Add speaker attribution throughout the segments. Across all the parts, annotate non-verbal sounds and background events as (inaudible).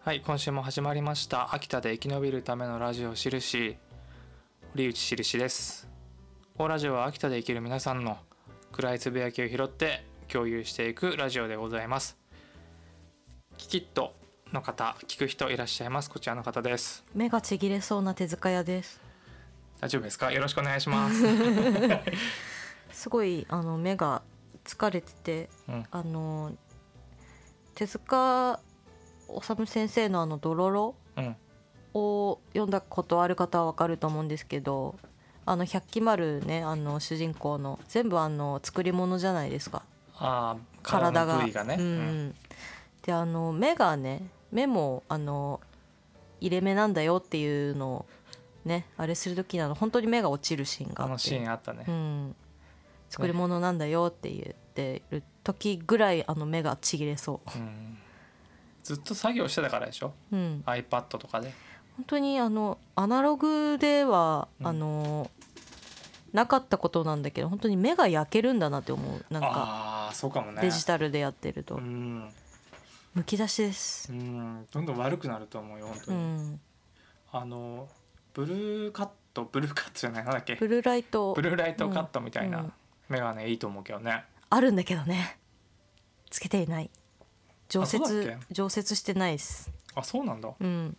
Speaker 1: はい今週も始まりました秋田で生き延びるためのラジオしるし堀内しるしですオラジオは秋田で生きる皆さんの暗いつぶやきを拾って共有していくラジオでございますキキッとの方聞く人いらっしゃいますこちらの方です
Speaker 2: 目がちぎれそうな手塚屋です
Speaker 1: 大丈夫ですかよろしくお願いします
Speaker 2: (laughs) すごいあの目が疲れてて
Speaker 1: うん
Speaker 2: あの手塚治虫先生のあの「ドロロ
Speaker 1: うん」
Speaker 2: を読んだことある方はわかると思うんですけどあの百鬼丸ねあの主人公の全部あの作り物じゃないですか
Speaker 1: あー
Speaker 2: 体が
Speaker 1: の部位がね、
Speaker 2: うんであの目がね目もあの入れ目なんだよっていうのをねあれする時なの本当に目が落ちるシーン
Speaker 1: あ
Speaker 2: があって
Speaker 1: のシーンあったね、
Speaker 2: うん、作り物なんだよって言ってる時ぐらいあの目がちぎれそ
Speaker 1: うんずっと作業してたからでしょ
Speaker 2: う、うん、
Speaker 1: iPad とかで
Speaker 2: 本当にあのアナログでは、
Speaker 1: うん
Speaker 2: あのなかったことなんだけど本当に目が焼けるんだなって思うなんか
Speaker 1: ああーそうかもね
Speaker 2: デジタルでやってる
Speaker 1: う
Speaker 2: と
Speaker 1: ん
Speaker 2: むき出しで
Speaker 1: う
Speaker 2: す、
Speaker 1: んどんどん悪くなると思うよ本当
Speaker 2: う
Speaker 1: に、
Speaker 2: ん、
Speaker 1: あのブルーカットブルーカットじゃないなんだっけ
Speaker 2: ブルーライト
Speaker 1: ブルーライトカットみたい
Speaker 2: うん
Speaker 1: な眼鏡、いいと思うけどね
Speaker 2: あるんだけどねつけていない常
Speaker 1: あそう
Speaker 2: 設
Speaker 1: だっ
Speaker 2: 常設してないです
Speaker 1: あそうなんだ
Speaker 2: うん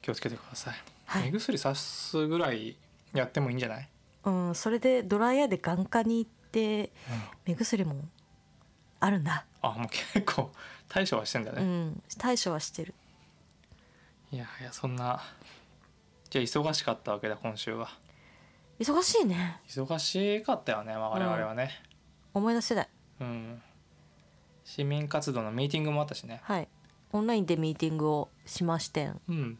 Speaker 1: 気をつけてください、
Speaker 2: はい
Speaker 1: 目薬さすぐらいやってもいいんじゃない、
Speaker 2: うん、それでドライヤーで眼科に行って目薬もあるんだ、
Speaker 1: あもう結構対処はしてんだ
Speaker 2: う
Speaker 1: ね、
Speaker 2: ん、対処はしてる
Speaker 1: いやいやそんなじゃあ忙しかったわけだ今週は
Speaker 2: 忙しいね
Speaker 1: 忙しかったよね、まあ、我々はね、
Speaker 2: 思い出せない
Speaker 1: うん、市民活動のミーティングもあったしね
Speaker 2: はいオンラインでミーティングをしましてん
Speaker 1: うん、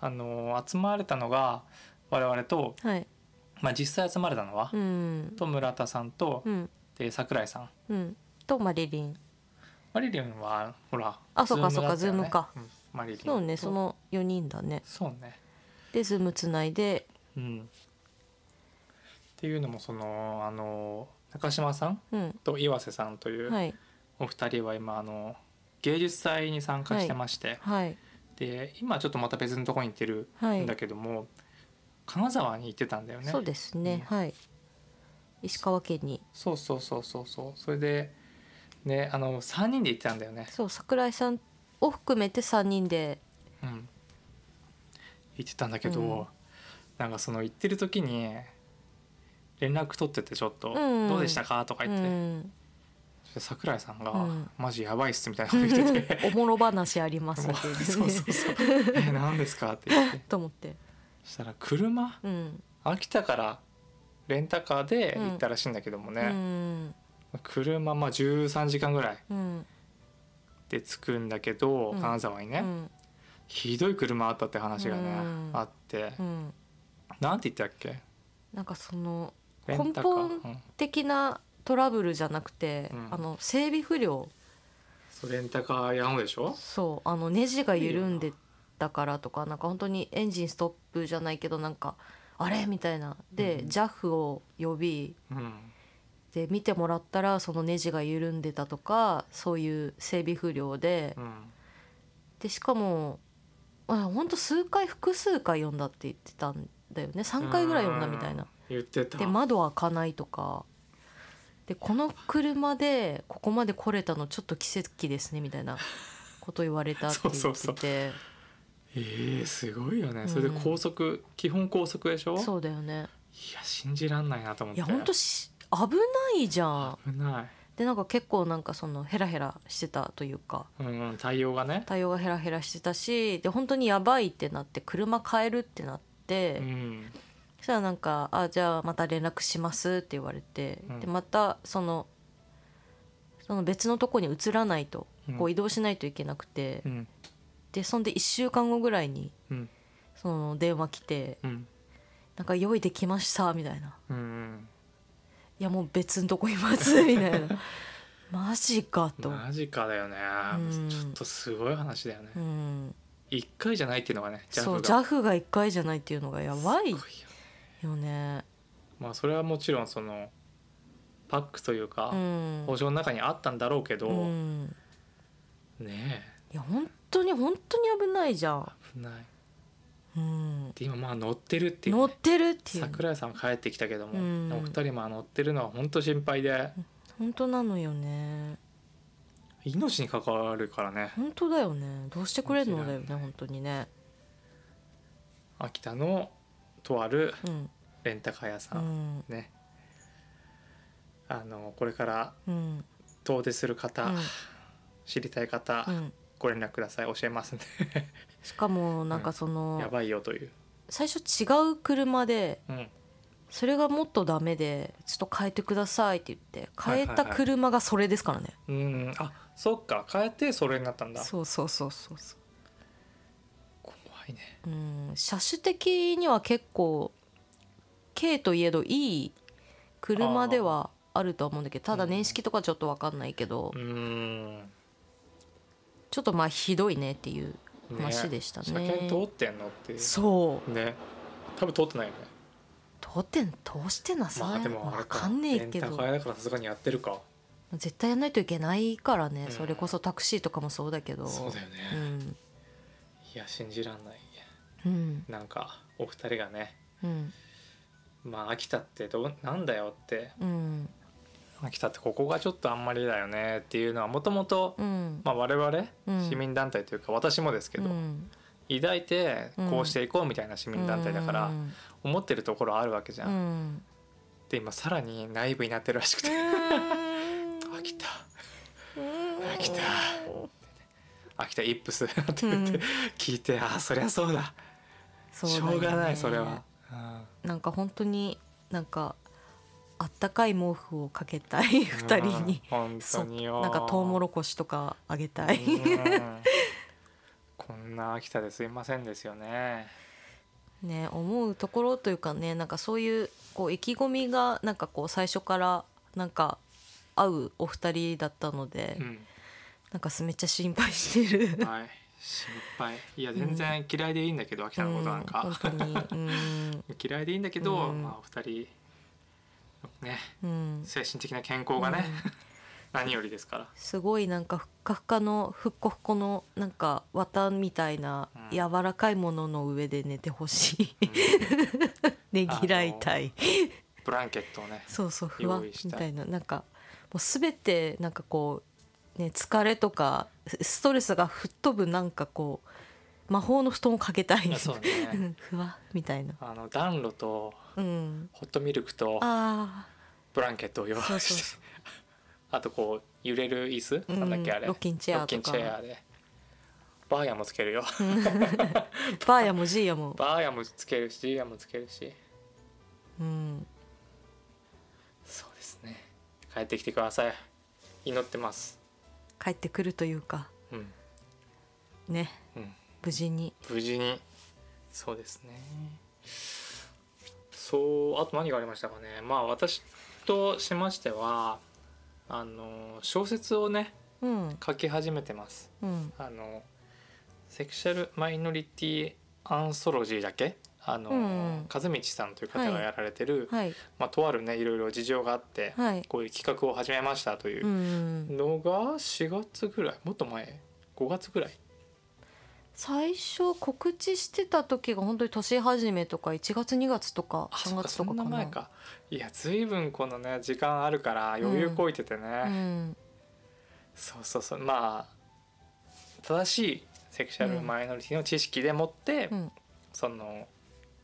Speaker 1: あの集まれたのが我々と、
Speaker 2: はい
Speaker 1: まあ、実際集まれたのは、
Speaker 2: うん
Speaker 1: と村田さんと、
Speaker 2: うん
Speaker 1: で桜井さん
Speaker 2: うんとマリリン
Speaker 1: マリリンはほら
Speaker 2: あそうか
Speaker 1: Zoom
Speaker 2: そうか
Speaker 1: だったよね
Speaker 2: Zoom か
Speaker 1: うんマリリン
Speaker 2: そうね
Speaker 1: と
Speaker 2: その4人だね
Speaker 1: そうね
Speaker 2: でズームつないで
Speaker 1: うんっていうのもそのあの中島さん
Speaker 2: うん
Speaker 1: と岩瀬さんという
Speaker 2: はい
Speaker 1: お二人は今あの芸術祭に参加してまして、
Speaker 2: はい
Speaker 1: で今ちょっとまた別のとこに行ってる
Speaker 2: はい
Speaker 1: んだけども、金沢に行ってたんだよね
Speaker 2: そうですね、はい石川県に
Speaker 1: そうそうそうそうそうそれでねあの3人で行ってたんだよね、
Speaker 2: そう桜井さんを含めて3人で
Speaker 1: うん、行ってたんだけど、
Speaker 2: うん
Speaker 1: なんかその行ってる時に連絡取っててちょっと「
Speaker 2: うん
Speaker 1: どうでしたか?」とか
Speaker 2: う
Speaker 1: 言って、
Speaker 2: ん
Speaker 1: そして桜井さんが「
Speaker 2: うん
Speaker 1: マジやばいっす」み
Speaker 2: (laughs)
Speaker 1: たいなこと言ってて
Speaker 2: おもろ話あり
Speaker 1: (laughs)
Speaker 2: ま
Speaker 1: 「
Speaker 2: す
Speaker 1: もう
Speaker 2: みたいなね
Speaker 1: そうそうそうえ何ですか?」って言って
Speaker 2: と思って
Speaker 1: そしたら車
Speaker 2: うん
Speaker 1: 秋田からレンタカーで行ったらしいんだけども
Speaker 2: う
Speaker 1: ね、
Speaker 2: ん
Speaker 1: 車まあ13時間ぐらい
Speaker 2: うん
Speaker 1: で着くんだけど、
Speaker 2: うん
Speaker 1: 金沢にね、
Speaker 2: うん
Speaker 1: ひどい車あったって話がね、
Speaker 2: うん
Speaker 1: あって、
Speaker 2: うん
Speaker 1: なんて言ったっけ
Speaker 2: なんかその
Speaker 1: レンタカー、
Speaker 2: 根
Speaker 1: うん
Speaker 2: 的なトラブルじゃなくて、
Speaker 1: うん
Speaker 2: あの整備不良
Speaker 1: そうレンタカーやんでしょ
Speaker 2: そうあのネジが緩んでたからとかなんか本当にエンジンストップじゃないけどなんかあれみたいなで、
Speaker 1: うん
Speaker 2: JAF を呼び
Speaker 1: うん
Speaker 2: で見てもらったらそのネジが緩んでたとかそういう整備不良で、
Speaker 1: うん
Speaker 2: でしかもあ本当数回複数回読んだって言ってたんだよね3回ぐらい読んだみたいな。
Speaker 1: 言ってた
Speaker 2: で窓開かないとかでこの車でここまで来れたのちょっと奇跡ですねみたいなこと言われたって言って
Speaker 1: (laughs)
Speaker 2: て
Speaker 1: そうそうえー、すごいよね、
Speaker 2: うん
Speaker 1: それで高速基本高速でしょ
Speaker 2: そうだよね
Speaker 1: いや信じらんないなと思っ
Speaker 2: い
Speaker 1: て
Speaker 2: やほんとし危ないじゃん
Speaker 1: 危ない、
Speaker 2: でなんか結構なんかそのヘラヘラしてたというか
Speaker 1: うんうん、対応がね、
Speaker 2: 対応がヘラヘラしてたしで本当にやばいってなって車変えるってなって、
Speaker 1: うん、
Speaker 2: そしたらなんか「あじゃあまた連絡します」って言われて、
Speaker 1: うん
Speaker 2: でまたそのその別のとこに移らないと、
Speaker 1: うん
Speaker 2: こう移動しないといけなくて、
Speaker 1: うん
Speaker 2: でそんで1週間後ぐらいに
Speaker 1: うん
Speaker 2: その電話来て
Speaker 1: うん
Speaker 2: 「なんか用意できました」みたいな
Speaker 1: うんうん
Speaker 2: 「いやもう別のとこ
Speaker 1: (laughs)
Speaker 2: います」みたいな「マジか」と。
Speaker 1: マジかだよね、
Speaker 2: うん
Speaker 1: ちょっとすごい話だよね、
Speaker 2: うん、
Speaker 1: 一回じゃないっていうのがね JAF が
Speaker 2: そう JAF が1回じゃないっていうのがやばい
Speaker 1: すごいよ
Speaker 2: よね。
Speaker 1: まあそれはもちろんそのパックというか、
Speaker 2: うん
Speaker 1: 保証の中にあったんだろうけど、
Speaker 2: うん、
Speaker 1: ね
Speaker 2: いや本当に本当に危ないじゃん、
Speaker 1: 危ない
Speaker 2: うん、
Speaker 1: で今まあ乗ってるっていうね、
Speaker 2: 乗ってるっていう
Speaker 1: 桜井さんは帰ってきたけども、
Speaker 2: うん
Speaker 1: お二人も乗ってるのは本当心配で
Speaker 2: 本当なのよね
Speaker 1: 命に関わるからね
Speaker 2: 本当だよねどうしてくれるのだ
Speaker 1: 間違
Speaker 2: よ
Speaker 1: い
Speaker 2: ね本当にね
Speaker 1: 秋田のとある
Speaker 2: うん
Speaker 1: レンタカー屋
Speaker 2: う
Speaker 1: さん、
Speaker 2: ん
Speaker 1: ねあのこれから
Speaker 2: うん
Speaker 1: 遠出する方、
Speaker 2: うん
Speaker 1: 知りたい方、
Speaker 2: うん
Speaker 1: ご連絡ください教えますんで
Speaker 2: しかもなんかそ
Speaker 1: (laughs) や
Speaker 2: の
Speaker 1: ばいよという、
Speaker 2: 最初違う車で
Speaker 1: うん、
Speaker 2: それがもっとダメでちょっと変えてくださいって言って変えた車がそれですからね
Speaker 1: うんあそっか変えてそれになったんだ
Speaker 2: そうそうそうそうそ
Speaker 1: 怖いね
Speaker 2: ううん車種的には結構軽といえどいい車ではあるとは思うんだけどただ
Speaker 1: うん
Speaker 2: 年式とかちょっと分かんないけど
Speaker 1: うん
Speaker 2: ちょっとまあひどいねっていう
Speaker 1: ね
Speaker 2: 話でしたね
Speaker 1: 車検通ってんのっていう
Speaker 2: そう
Speaker 1: ね多分通ってないよね
Speaker 2: 通ってん通してなさ、
Speaker 1: まあでもあれ
Speaker 2: 分
Speaker 1: か
Speaker 2: かんねえけ
Speaker 1: レン
Speaker 2: ど
Speaker 1: タカーだからさすがにやってるか
Speaker 2: 絶対やんないといけないからね、
Speaker 1: うん
Speaker 2: それこそタクシーとかもそうだけど
Speaker 1: そうだよね、
Speaker 2: うん
Speaker 1: いや信じらんない
Speaker 2: うん
Speaker 1: なんかお二人がね
Speaker 2: うん
Speaker 1: まあ秋田ってどうなんだよって
Speaker 2: うん
Speaker 1: 秋田ってここがちょっとあんまりだよねっていうのはもともと
Speaker 2: うん
Speaker 1: まあ我々
Speaker 2: うん
Speaker 1: 市民団体というか私もですけど、
Speaker 2: うん
Speaker 1: 抱いてこうしていこうみたいな市民団体だから
Speaker 2: うん
Speaker 1: 思ってるところあるわけじゃ。
Speaker 2: うんん
Speaker 1: で今さらに内部になってるらしくて「秋田秋田秋田イップス」って言って
Speaker 2: うん
Speaker 1: 聞いて「ああそりゃそうだ
Speaker 2: そうだ
Speaker 1: し
Speaker 2: よね
Speaker 1: ょうがないそれは」うん
Speaker 2: なんか本当になんかあったかい毛布をかけたい二人に、
Speaker 1: うん本
Speaker 2: そ
Speaker 1: 当
Speaker 2: う
Speaker 1: によ
Speaker 2: なんかトウモロコシとかあげたい、
Speaker 1: うんこんな秋田ですいませんですよね。
Speaker 2: ね思うところというかねなんかそういうこう意気込みがなんかこう最初からなんか合うお二人だったので、
Speaker 1: うん
Speaker 2: なんかすめっちゃ心配してる。
Speaker 1: はい心配いや全然嫌いでいいんだけど秋田のことなん
Speaker 2: うん
Speaker 1: か
Speaker 2: 本当に、
Speaker 1: 嫌いでいいんだけど
Speaker 2: うん
Speaker 1: まあお二人のね
Speaker 2: うん、うん、
Speaker 1: 精神的な健康がね
Speaker 2: うん
Speaker 1: 何よりです
Speaker 2: (laughs)
Speaker 1: から。
Speaker 2: すごいなんかふっかふかのふっこふこのなんか綿みたいな
Speaker 1: うん
Speaker 2: 柔らかいものの上で寝て
Speaker 1: (laughs)
Speaker 2: ほしい (laughs) ねぎらいたい
Speaker 1: ブランケットをね
Speaker 2: そうそうふわ
Speaker 1: 用意したい
Speaker 2: みたいななんかもうすべてなんかこうね疲れとかスストレスが吹っ飛ぶなんかこう魔法の布団をかけたい
Speaker 1: あそうね
Speaker 2: ふわみたいな
Speaker 1: あの暖炉と
Speaker 2: うん
Speaker 1: ホットミルクと
Speaker 2: あ
Speaker 1: ブランケットを用意して
Speaker 2: そうそうそ
Speaker 1: あとこう揺れる椅子、
Speaker 2: うん
Speaker 1: なんだっけあれ
Speaker 2: ロッキンチェア
Speaker 1: ロッキン
Speaker 2: とか
Speaker 1: チェアでバーヤもつけるよ
Speaker 2: ーバーやもジーやも
Speaker 1: バーヤもつけるしジーヤもつけるし
Speaker 2: うん
Speaker 1: そうですね帰ってきてください祈ってます
Speaker 2: 帰ってくるというか
Speaker 1: うん
Speaker 2: ね
Speaker 1: うん
Speaker 2: 無事に
Speaker 1: 無事にそうですねそうあと何がありましたかねまあ私としましてはあの小説をね
Speaker 2: うん
Speaker 1: 書き始めてます
Speaker 2: うん
Speaker 1: あのセクシャルマイノリティアンソロジーだっけあの、
Speaker 2: うんうん
Speaker 1: 和道さんという方が
Speaker 2: はい
Speaker 1: やられてる、
Speaker 2: はい
Speaker 1: まあ、とあるねいろいろ事情があって、
Speaker 2: はい
Speaker 1: こういう企画を始めましたとい
Speaker 2: うん
Speaker 1: う
Speaker 2: うん
Speaker 1: のが4月ぐらいもっと前5月ぐらい
Speaker 2: 最初告知してた時が本当に年始めとか1月2月とか
Speaker 1: あそ
Speaker 2: 3
Speaker 1: っか
Speaker 2: 月
Speaker 1: そ
Speaker 2: とか
Speaker 1: んな
Speaker 2: かな
Speaker 1: 前かいや随分このね時間あるから余裕こいててね、
Speaker 2: うん
Speaker 1: そうそうそうまあ正しいセクシャルマイノリティの知識でもって、
Speaker 2: うん
Speaker 1: その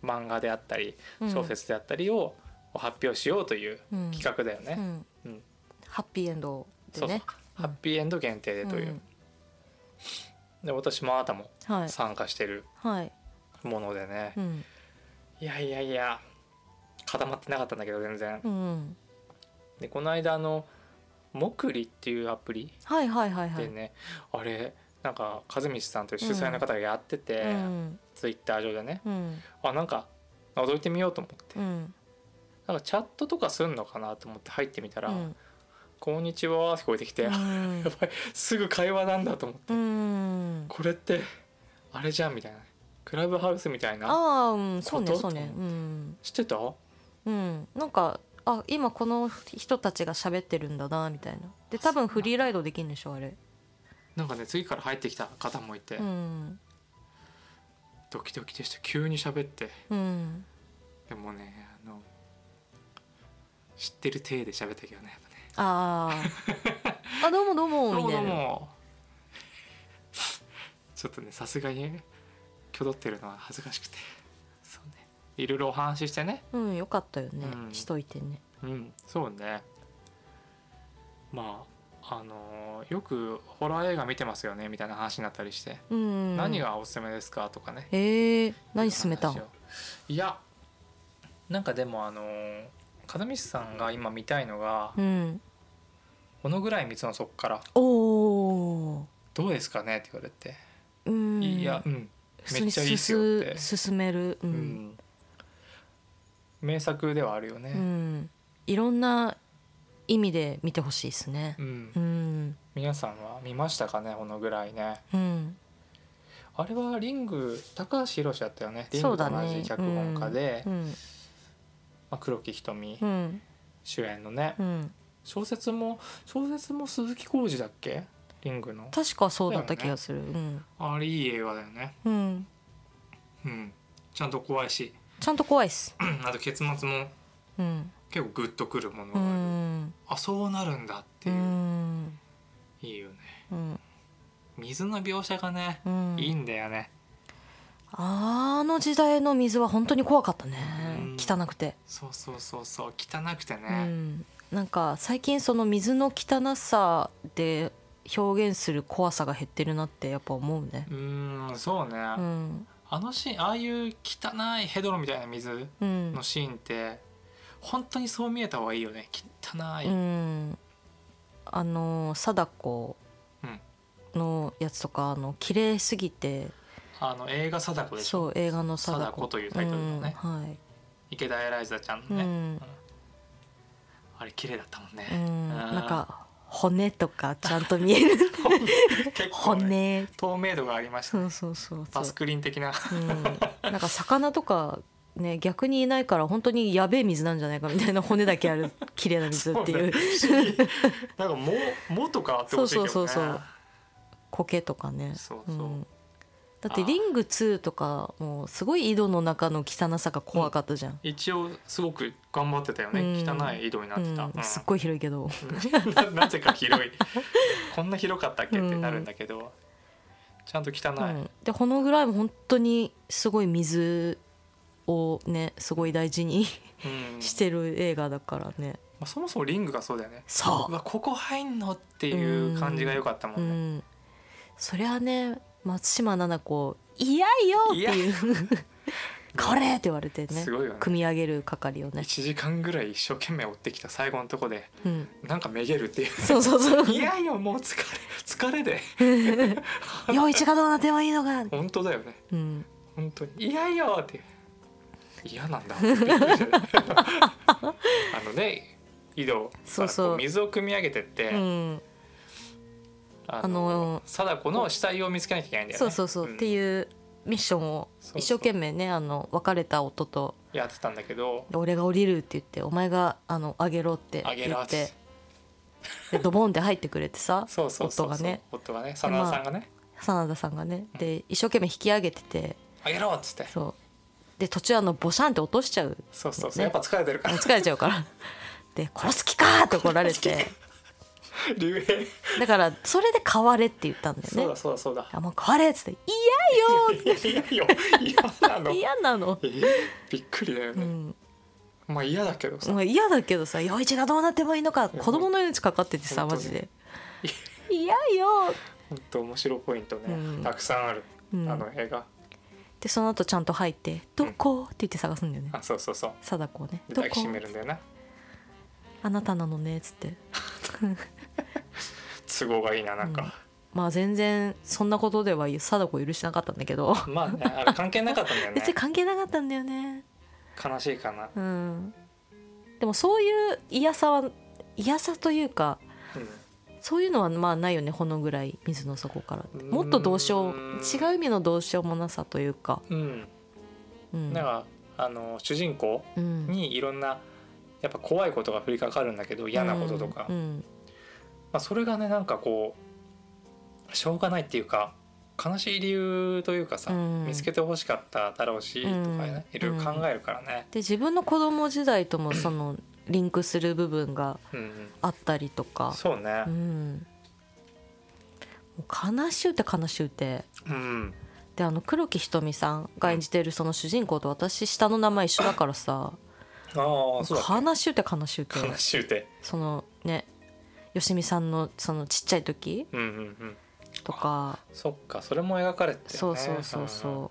Speaker 1: 漫画であったり
Speaker 2: うん
Speaker 1: 小説であったりを発表しようという
Speaker 2: うん
Speaker 1: 企画だよね。
Speaker 2: うん
Speaker 1: うん
Speaker 2: ハッピーエンド
Speaker 1: そ
Speaker 2: で
Speaker 1: うそう
Speaker 2: ね
Speaker 1: ハッピーエンド限定でという、で私もあなたも
Speaker 2: うんはい
Speaker 1: 参加してる
Speaker 2: はい
Speaker 1: ものでね、
Speaker 2: うん
Speaker 1: いやいやいや固まってなかったんだけど全然。
Speaker 2: うん
Speaker 1: でこの間あの「もくり」っていうアプリ
Speaker 2: はいはいはいは
Speaker 1: で
Speaker 2: い
Speaker 1: ね、あれなんか和道さんという主催の方がやってて、
Speaker 2: うん
Speaker 1: ツイッター上でね
Speaker 2: うん
Speaker 1: あなんか覗いてみようと思って、
Speaker 2: うん
Speaker 1: なんかチャットとかすんのかなと思って入ってみたら「
Speaker 2: うん
Speaker 1: こんにちは」って聞こえてきて、やばい (laughs) すぐ会話なんだと思って、
Speaker 2: うん
Speaker 1: これってあれじゃんみたいなクラブハウスみたい
Speaker 2: あ
Speaker 1: な
Speaker 2: あうんそ
Speaker 1: こ
Speaker 2: うね
Speaker 1: と
Speaker 2: そうねうん
Speaker 1: 知ってた
Speaker 2: うんなんかあ今この人たちが喋ってるんだなみたいなで多分フリーライドできるんでしょあれ
Speaker 1: なんかね次から入ってきた方もいて、
Speaker 2: うん
Speaker 1: ドキドキでした急に喋って
Speaker 2: うん
Speaker 1: でもねあの知ってる体で喋ったけどねやっぱね
Speaker 2: あーあどうもどうも
Speaker 1: ど
Speaker 2: み
Speaker 1: う
Speaker 2: た
Speaker 1: も
Speaker 2: いな
Speaker 1: もちょっとねさすがに挙動ってるのは恥ずかしくてそうねいろいろお話ししてね
Speaker 2: うんよかったよね、
Speaker 1: うん
Speaker 2: しといてね
Speaker 1: うんそうねまああのーよくホラー映画見てますよねみたいな話になったりして、
Speaker 2: うん
Speaker 1: 何がおすすめですかとかね
Speaker 2: えー、何勧めた
Speaker 1: 話
Speaker 2: ん
Speaker 1: をいやなんかでもあのー風見さんが今見たいのが
Speaker 2: うん
Speaker 1: 「小野ぐらい水の底から
Speaker 2: おお
Speaker 1: どうですかね?」って言われて
Speaker 2: う
Speaker 1: 「
Speaker 2: ん
Speaker 1: いやうん
Speaker 2: 普通
Speaker 1: めっ
Speaker 2: に
Speaker 1: ちゃいいっすよ」って
Speaker 2: す。す進める
Speaker 1: う
Speaker 2: う、
Speaker 1: んん名作ではあるよ
Speaker 2: う
Speaker 1: ね、
Speaker 2: んいろんな意味で見てほしいですね
Speaker 1: うん
Speaker 2: うん
Speaker 1: 皆さんは見ましたかねこのぐらいね
Speaker 2: うん
Speaker 1: あれはリング高橋宏だったよねリン
Speaker 2: そう
Speaker 1: グと
Speaker 2: だ
Speaker 1: 同
Speaker 2: ね
Speaker 1: じ脚本家で、
Speaker 2: うん
Speaker 1: まあ、黒木瞳
Speaker 2: うん
Speaker 1: 主演のね、
Speaker 2: うん
Speaker 1: 小説も小説も鈴木浩二だっけリングの
Speaker 2: 確かそうだっ
Speaker 1: だ
Speaker 2: た
Speaker 1: よね
Speaker 2: 気がする、うん
Speaker 1: あれいい映画だよね
Speaker 2: うん
Speaker 1: うんちゃんと怖いし (clears throat)
Speaker 2: ちゃんと怖いっす
Speaker 1: あと結末も
Speaker 2: うん
Speaker 1: 結構グッとくるもの
Speaker 2: う
Speaker 1: がある、
Speaker 2: ん
Speaker 1: あそうなるんだって
Speaker 2: う
Speaker 1: いう、
Speaker 2: ん
Speaker 1: いいよね
Speaker 2: うん
Speaker 1: 水の描写がね、
Speaker 2: うん
Speaker 1: いいんだよね
Speaker 2: あの時代の水は本当に怖かったね
Speaker 1: うん
Speaker 2: 汚くて、
Speaker 1: そうそうそうそう汚くて
Speaker 2: う
Speaker 1: ね、
Speaker 2: ん、なんか最近その水の汚さで表現する怖さが減ってるなってやっぱ思うね
Speaker 1: うーんそうね、
Speaker 2: うん
Speaker 1: あのシーンああいう汚いヘドロみたいな水
Speaker 2: うん
Speaker 1: のシーンって本当にそう見えた方がいいよね汚い、
Speaker 2: うんあの貞子のやつとかあの綺麗すぎて
Speaker 1: あの映画「貞子」でしょ
Speaker 2: そう映画の貞
Speaker 1: 貞
Speaker 2: 子
Speaker 1: 子というタイトルのね、
Speaker 2: うんはい
Speaker 1: 池田エライザちゃんの
Speaker 2: う
Speaker 1: ね、
Speaker 2: ん
Speaker 1: あれ綺麗だったもんね、
Speaker 2: うん、
Speaker 1: あー
Speaker 2: なんか骨とかちゃんと見える
Speaker 1: (laughs) 結構ね
Speaker 2: 骨
Speaker 1: 透明度がありました
Speaker 2: そうそうそうそ
Speaker 1: バ
Speaker 2: う
Speaker 1: スクリン的な
Speaker 2: うん、なんか魚とかね逆にいないから本当にやべえ水なんじゃないかみたいな骨だけある綺麗な水っていう
Speaker 1: そうね不思議 (laughs) なんか「も」もとかあってほしいけどね
Speaker 2: そうそうそう苔とかね、
Speaker 1: そうそうん
Speaker 2: だってリング2とかもうすごい井戸の中の汚さが怖かったじゃん、
Speaker 1: 一応すごく頑張ってたよね、
Speaker 2: うん
Speaker 1: 汚い井戸になっ
Speaker 2: うん
Speaker 1: てた、うん
Speaker 2: すっごい広いけど、
Speaker 1: (laughs) ななぜか広いこんな広かったっけってなるんだけど、ちゃんと汚い、
Speaker 2: うんでこのぐらいも本当にすごい水をねすごい大事に (laughs)
Speaker 1: うん
Speaker 2: してる映画だからね
Speaker 1: まあ、そもそもリングがそうだよね
Speaker 2: そう
Speaker 1: わここ入んのっていう感じが良かったも
Speaker 2: うん
Speaker 1: ね、
Speaker 2: ん、そりゃね松島菜々子「嫌いよ!」っていう「これ!」って言われてね
Speaker 1: すごいよね
Speaker 2: 組み上げる係をね、
Speaker 1: 1時間ぐらい一生懸命追ってきた最後のとこで
Speaker 2: うん、
Speaker 1: なんかめげるっていう
Speaker 2: そうそうそう
Speaker 1: いやいやもう疲れ疲れで
Speaker 2: 「陽一がどうなってもいいのか!」
Speaker 1: 本当だよね
Speaker 2: うん、
Speaker 1: 本当に「いやいや」って嫌なんだあ
Speaker 2: (laughs)
Speaker 1: のね井戸
Speaker 2: そうそう
Speaker 1: こ水を汲み上げてって、
Speaker 2: うん、
Speaker 1: あ
Speaker 2: あ
Speaker 1: の
Speaker 2: の
Speaker 1: 貞子の死体を見つけなきゃいけないんだよね
Speaker 2: そうそうそう、って
Speaker 1: う
Speaker 2: いうミッションを
Speaker 1: そうそう
Speaker 2: 一生懸命ねあの別れた夫と
Speaker 1: んやってたんだけど
Speaker 2: 「俺が降りる」って言って「お前があの上げろ」って
Speaker 1: あげ
Speaker 2: 言
Speaker 1: ろ
Speaker 2: っ
Speaker 1: って
Speaker 2: てでドボンって入ってくれてさ
Speaker 1: そうそうそうそう
Speaker 2: 夫がね
Speaker 1: 夫がね真田さんがね
Speaker 2: 真田さんがねで一生懸命引き上げてて
Speaker 1: 「あげろ」っつって
Speaker 2: そうで途中あのボシャンって落としちゃう
Speaker 1: そうそうそう、
Speaker 2: ね
Speaker 1: やっぱ疲れてるから
Speaker 2: 疲れちゃうから (laughs) で「殺す気か!」って怒られて
Speaker 1: 竜兵
Speaker 2: だからそれで「変われ」って言ったんだ
Speaker 1: そう
Speaker 2: よ
Speaker 1: だ
Speaker 2: ね
Speaker 1: そうだそうだ
Speaker 2: (laughs) 「あもう変われ」っつって「嫌よ!
Speaker 1: いやいやいや嫌な」
Speaker 2: っ
Speaker 1: の
Speaker 2: て嫌なの、
Speaker 1: えびっくりだよ
Speaker 2: う
Speaker 1: ね、
Speaker 2: ん、
Speaker 1: まあ嫌だけどさ
Speaker 2: まあ嫌だけどさ陽一がどうなってもいいのか
Speaker 1: いや
Speaker 2: 子供の命かかっててさ
Speaker 1: 本当
Speaker 2: マ
Speaker 1: に (laughs)
Speaker 2: ジで「嫌よ!
Speaker 1: ほんと面白いポイントね、
Speaker 2: うん
Speaker 1: たくさんある、
Speaker 2: うん
Speaker 1: あの映画」
Speaker 2: でその後ちゃんと入って「どこ?」って言って探すんだよね
Speaker 1: あそうそうそう
Speaker 2: 貞子をね「
Speaker 1: で
Speaker 2: ど
Speaker 1: 抱き
Speaker 2: こ
Speaker 1: しめるんだよな
Speaker 2: あなたなのね」っつって
Speaker 1: 都合がいいななんか、
Speaker 2: まあ全然そんなことでは貞子許しなかったんだけど
Speaker 1: まあねあれ関係なかったんだよ
Speaker 2: (laughs)
Speaker 1: ね
Speaker 2: 別に関係なかったんだよね
Speaker 1: 悲しいかな、
Speaker 2: うん、でもそういう嫌さは嫌さというか
Speaker 1: う
Speaker 2: そういうのはまあないよねほのぐらい水の底からって
Speaker 1: うーん
Speaker 2: もっとどうしよう違う意味のどうしようもなさというか、
Speaker 1: んうん、
Speaker 2: うん
Speaker 1: なんかあの主人公
Speaker 2: うん、
Speaker 1: にいろんなやっぱ怖いことが降りかかるんだけど嫌なこととか、
Speaker 2: う
Speaker 1: ま
Speaker 2: ん
Speaker 1: あ、それがねなんかこうしょうがないっていうか悲しい理由というかさ、
Speaker 2: うん
Speaker 1: 見つけてほしかっただろうし、とかね
Speaker 2: うん
Speaker 1: いろいろ考えるからね、
Speaker 2: で自分の子供時代ともそのリンクする部分が
Speaker 1: うんうん
Speaker 2: あったりとか、
Speaker 1: そうね
Speaker 2: うん、もう悲しゅうて悲しゅうて
Speaker 1: うん、
Speaker 2: であの黒木瞳さんが演じてるその主人公と私下の名前一緒だからさ
Speaker 1: ああそうだっ
Speaker 2: 悲しゅうて悲しゅうて
Speaker 1: け悲しゅうて
Speaker 2: そのねよしみさんのそのちっちゃい時
Speaker 1: うんうんうん
Speaker 2: とか、
Speaker 1: そっかそれも描かれてるね
Speaker 2: そうそうそう
Speaker 1: うん
Speaker 2: そ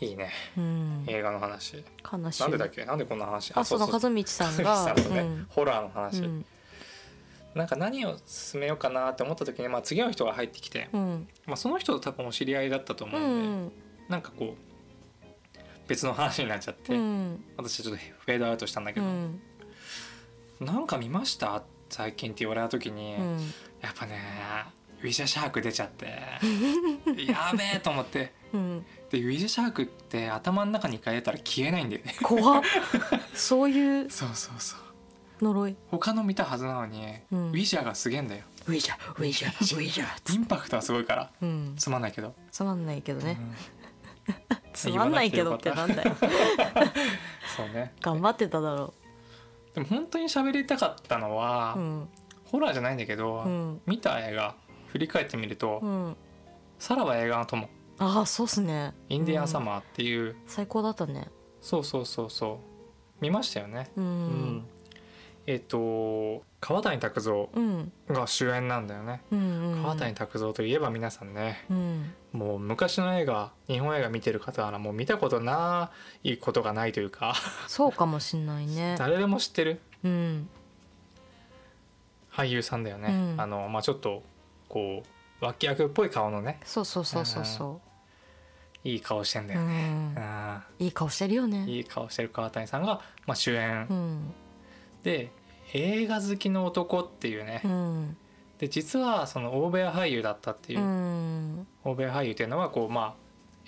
Speaker 1: いいね
Speaker 2: う、うん、
Speaker 1: 映画の話
Speaker 2: 悲しゅ
Speaker 1: なんでだ
Speaker 2: う
Speaker 1: っけなんでこんな話
Speaker 2: あそうだ和
Speaker 1: 和
Speaker 2: 道さん
Speaker 1: (laughs)
Speaker 2: が
Speaker 1: 樹さんのね、
Speaker 2: うん
Speaker 1: ホラーの話、
Speaker 2: うん
Speaker 1: なんか何を進めようかなって思った時に、まあ、次の人が入ってきて、
Speaker 2: うん
Speaker 1: まあ、その人と多分お知り合いだったと思
Speaker 2: う
Speaker 1: うんで、
Speaker 2: ん
Speaker 1: なんかこう別の話になっちゃっ
Speaker 2: う
Speaker 1: て、
Speaker 2: ん
Speaker 1: 私ちょっとフェードアウトしたんだけ
Speaker 2: う
Speaker 1: ど
Speaker 2: ん
Speaker 1: 「なんか見ました最近」って言われた時に、
Speaker 2: うん
Speaker 1: やっぱねウィジャシャーク出ちゃって
Speaker 2: (laughs)
Speaker 1: やべえと思って
Speaker 2: うん
Speaker 1: でウィジャシャークって頭の中に一回出たら消えないんだよね (laughs)
Speaker 2: 怖っそういう
Speaker 1: そうそうそう
Speaker 2: 呪い
Speaker 1: 他の見たはずなのに、
Speaker 2: うん
Speaker 1: ウィジャーがすげえんだよ
Speaker 2: ウィジャウィジャウィジャ
Speaker 1: インパクトはすごいから
Speaker 2: うん
Speaker 1: つまんないけど、
Speaker 2: つまんないけどね、
Speaker 1: うん
Speaker 2: つまんないけどってなんだよ
Speaker 1: そうね
Speaker 2: 頑張ってただろ
Speaker 1: でも本当に喋りたかったのは、
Speaker 2: ううん
Speaker 1: ホラーじゃないんだけど、
Speaker 2: うん
Speaker 1: 見た映画振り返ってみると「
Speaker 2: うん
Speaker 1: さらば映画の友
Speaker 2: ああそうっすね
Speaker 1: インディアンサ
Speaker 2: うん
Speaker 1: マー」っていう、
Speaker 2: 最高だったね
Speaker 1: そうそうそうそう見ましたよね、
Speaker 2: う
Speaker 1: うんえっ、と川谷拓三
Speaker 2: うん
Speaker 1: が主演なんだよね、
Speaker 2: うんうん
Speaker 1: 川谷拓三といえば皆さんね
Speaker 2: うん
Speaker 1: もう昔の映画日本映画見てる方ならもう見たことないことがないというか
Speaker 2: そうかもしんないね
Speaker 1: 誰でも知ってる
Speaker 2: うん
Speaker 1: 俳優さんだよね、
Speaker 2: うん
Speaker 1: あのまあちょっとこう脇役っぽい顔のね
Speaker 2: そうそうそうそうそ
Speaker 1: いい顔してんだ
Speaker 2: うう
Speaker 1: よね、
Speaker 2: ん
Speaker 1: うん
Speaker 2: いい顔してるよね
Speaker 1: いい顔してる川谷さんが、まあ、主演
Speaker 2: うん
Speaker 1: で映画好きの男っていうね
Speaker 2: うん
Speaker 1: で実はその欧米俳優だったっていうう、
Speaker 2: ん
Speaker 1: 欧米俳優っていうのはこうまあ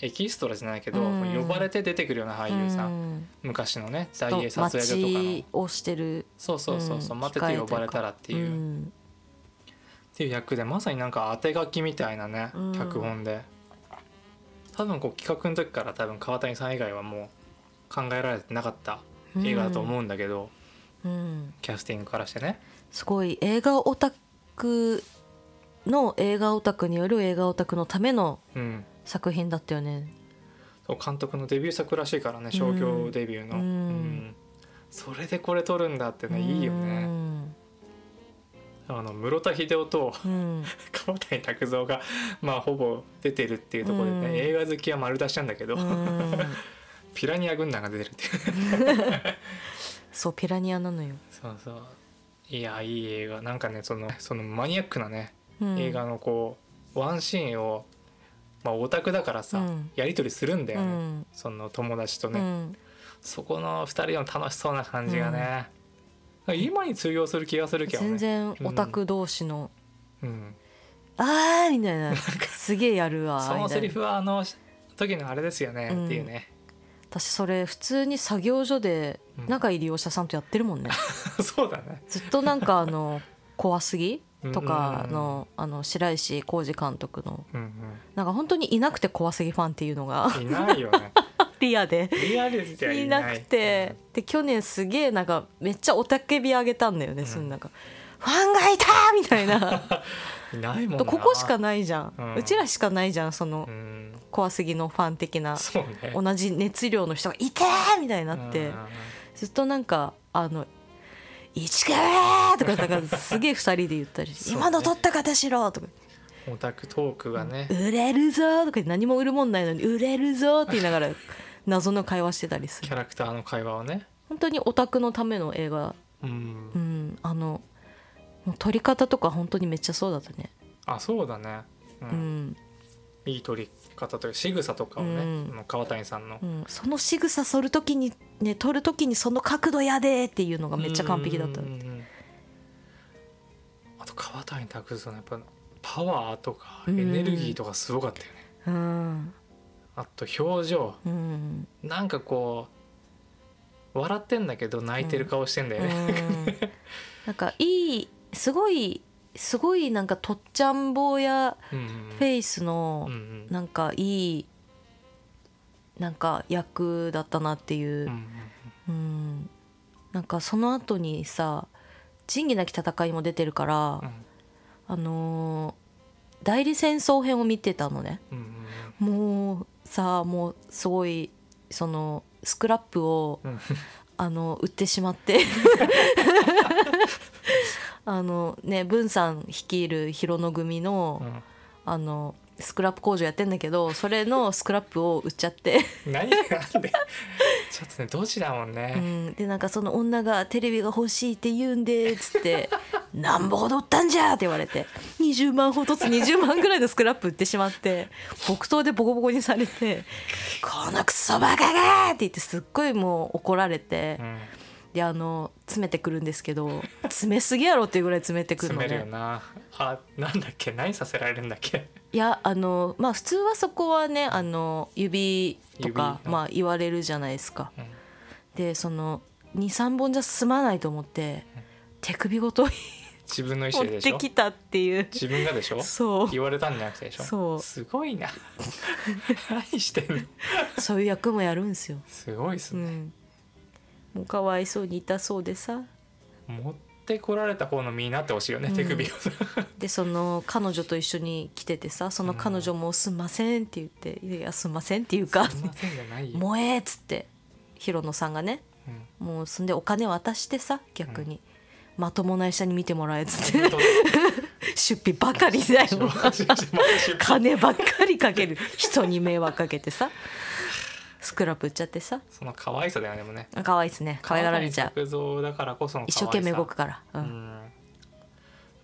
Speaker 1: エキストラじゃないけど、
Speaker 2: うん
Speaker 1: 呼ばれて出てくるような俳優さん、
Speaker 2: うん
Speaker 1: 昔のね大英
Speaker 2: と
Speaker 1: 撮影所とかの
Speaker 2: 待ちをしてる
Speaker 1: そうそうそうそう、
Speaker 2: うん
Speaker 1: 待ってて呼ばれたらっていう,、っ
Speaker 2: ん
Speaker 1: ていう役でまさになんか当て書きみたいなね、
Speaker 2: うん
Speaker 1: 脚本で多分こう企画の時から多分川谷さん以外はもう考えられてなかった映画だと思うんだけど、
Speaker 2: うん、うん、
Speaker 1: キャスティングからしてね
Speaker 2: すごい映画オタクの映画オタクによる映画オタクのための
Speaker 1: うん
Speaker 2: 作品だったよね
Speaker 1: そう監督のデビュー作らしいからね商業デビューの、
Speaker 2: うん
Speaker 1: うんそれでこれ撮るんだってねいいよ
Speaker 2: う
Speaker 1: ね
Speaker 2: ん
Speaker 1: あの室田秀夫と (laughs)
Speaker 2: うん
Speaker 1: 川谷拓三がまあほぼ出てるっていうところでね、
Speaker 2: うん
Speaker 1: 映画好きは丸出しなんだけど、
Speaker 2: うん
Speaker 1: ピラニア軍団が出てるっていう
Speaker 2: そうピラニアなのよ、
Speaker 1: そうそういやいい映画なんかねその (laughs) そのマニアックなね、
Speaker 2: うん、
Speaker 1: 映画のこうワンシーンをまあオタクだからさ、
Speaker 2: うん
Speaker 1: やり取りするんだよ
Speaker 2: う
Speaker 1: ね、
Speaker 2: ん
Speaker 1: その友達と
Speaker 2: う
Speaker 1: ね、
Speaker 2: ん
Speaker 1: そこの2人の楽しそうな感じがね、今に通用する気がするけどね
Speaker 2: 全然オタク同士の
Speaker 1: うん、
Speaker 2: 「あー」みた
Speaker 1: (laughs)
Speaker 2: いな「すげえやるわ」
Speaker 1: その
Speaker 2: みた
Speaker 1: セ
Speaker 2: い
Speaker 1: リ
Speaker 2: な
Speaker 1: フはあの時のあれですよね、
Speaker 2: うん
Speaker 1: っていう
Speaker 2: (laughs)
Speaker 1: ね
Speaker 2: 私それ普通に作業所で
Speaker 1: うん
Speaker 2: 仲いい利用者さんとやってるもんね
Speaker 1: そうだね
Speaker 2: ずっとなんか
Speaker 1: (laughs)
Speaker 2: あの怖すぎとか
Speaker 1: うん
Speaker 2: のあの白石浩二監督の
Speaker 1: うん
Speaker 2: なんか本当にいなくて怖すぎファンっていう
Speaker 1: (laughs)
Speaker 2: のが
Speaker 1: うんいないよ
Speaker 2: (laughs)
Speaker 1: ね
Speaker 2: リアで
Speaker 1: リアリティはい
Speaker 2: い
Speaker 1: ない
Speaker 2: なくてで去年すげえなんかめっちゃおたけびあげたんだよね、
Speaker 1: ん
Speaker 2: そのなんかファンがいたみた
Speaker 1: (laughs)
Speaker 2: いな
Speaker 1: うんいないもんな
Speaker 2: ここしかないじゃん、
Speaker 1: う
Speaker 2: うんちらしかないじゃんその
Speaker 1: うん
Speaker 2: 怖すぎのファン的な
Speaker 1: そうね
Speaker 2: 同じ熱量の人がいてーみたいになって
Speaker 1: うん
Speaker 2: ずっとなんかあの「市川!」とかだからすげえ二人で言ったり「
Speaker 1: そうね
Speaker 2: 今の取った方しろ!」とか
Speaker 1: オタクトークが
Speaker 2: 「
Speaker 1: ね、
Speaker 2: 売れるぞ!」とか何も売るもんないのに「売れるぞ!」って言いながら謎の会話してたりす
Speaker 1: キ
Speaker 2: る
Speaker 1: ャラクターの会話をね
Speaker 2: 本当にオタクのための映画
Speaker 1: うん、
Speaker 2: うんあのもう撮り方とか本当にめっちゃそうだったね
Speaker 1: あそうだね、うん
Speaker 2: うん、
Speaker 1: いい取り方というか仕草とかをね、
Speaker 2: うん
Speaker 1: あの川谷さんの
Speaker 2: うん、その仕草剃る時にね撮る時にその角度やでーっていうのがめっちゃ完璧だった
Speaker 1: うんうんうんあと川谷拓三のやっぱパワーとかエ
Speaker 2: うん
Speaker 1: ネルギーとかすごかったよね、
Speaker 2: うん
Speaker 1: あと表情
Speaker 2: うん
Speaker 1: なんかこう笑ってんだけど泣いてる顔してんだよね、
Speaker 2: うんなんかいいすごいすごいなんかとっちゃん坊や
Speaker 1: うんうん
Speaker 2: フェイスの
Speaker 1: うんうん、
Speaker 2: なんかいいなんか役だったなっていううんうん、なんかその後にさ「仁義なき戦い」も出てるから、
Speaker 1: うん
Speaker 2: あのー代理戦争編を見てたのね
Speaker 1: うん
Speaker 2: もうさもうすごいそのスクラップを
Speaker 1: うんうん
Speaker 2: あの売ってしまって
Speaker 1: (laughs)
Speaker 2: あのね文さん率いる広野組の,、 (laughs)
Speaker 1: うん
Speaker 2: あのスクラップ工場やってんだけどそれのスクラップを売っちゃって
Speaker 1: 何があんでちょっとねドジだもん
Speaker 2: う
Speaker 1: ね、
Speaker 2: ん、でなんかその女がテレビが欲しいって言うんでつ
Speaker 1: (laughs)
Speaker 2: って「なんぼほど売ったんじゃ!」って言われて20万ほどつ20万ぐらいのスクラップ売ってしまって木刀でボコボコにされて「このクソバカが!」って言ってすっごいもう怒られて
Speaker 1: うん
Speaker 2: であの詰めてくるんですけど詰めすぎやろっていうぐらい詰めてくる
Speaker 1: 詰め
Speaker 2: の
Speaker 1: るよ
Speaker 2: ね。
Speaker 1: なあなんだっけ何させられるんだっけ
Speaker 2: いやあのまあ普通はそこはねあの指とか
Speaker 1: 指うん
Speaker 2: まあ言われるじゃないですか。
Speaker 1: うん
Speaker 2: でその23本じゃ済まないと思って手首ごと
Speaker 1: 自分の意思で
Speaker 2: 持っ
Speaker 1: でしてょ
Speaker 2: きたっていう
Speaker 1: 自分がでしょ
Speaker 2: そう
Speaker 1: 言われたんじゃなくてでしょ
Speaker 2: そう
Speaker 1: すごいな何してんの
Speaker 2: そういう役もやるんですよ、
Speaker 1: すごいっす
Speaker 2: う
Speaker 1: ね、
Speaker 2: ん、もうかわいそうに痛そうでさ
Speaker 1: 持ってこられた方の身になってほしいよね、
Speaker 2: うん
Speaker 1: 手首をさ
Speaker 2: でその彼女と一緒に来ててさその彼女も「すんません」って言って「いやいやすんません」っていうか
Speaker 1: すいませんじゃな
Speaker 2: 「
Speaker 1: いよ、
Speaker 2: 萌え」っつってヒロノさんがね
Speaker 1: うん
Speaker 2: もうそんでお金渡してさ逆に、まともな医者に見てもらえっつっ
Speaker 1: 本
Speaker 2: て (laughs)
Speaker 1: 当
Speaker 2: 出費ばかりだよ
Speaker 1: だ
Speaker 2: 金ばっかりかける人に迷惑かけてさスクラップ売っちゃってさ
Speaker 1: その可愛さだよねでもね
Speaker 2: 可愛いですね可愛がられちゃう
Speaker 1: 角像だからこその可愛
Speaker 2: 一
Speaker 1: さ
Speaker 2: 生懸命動くから、う
Speaker 1: うんんやっ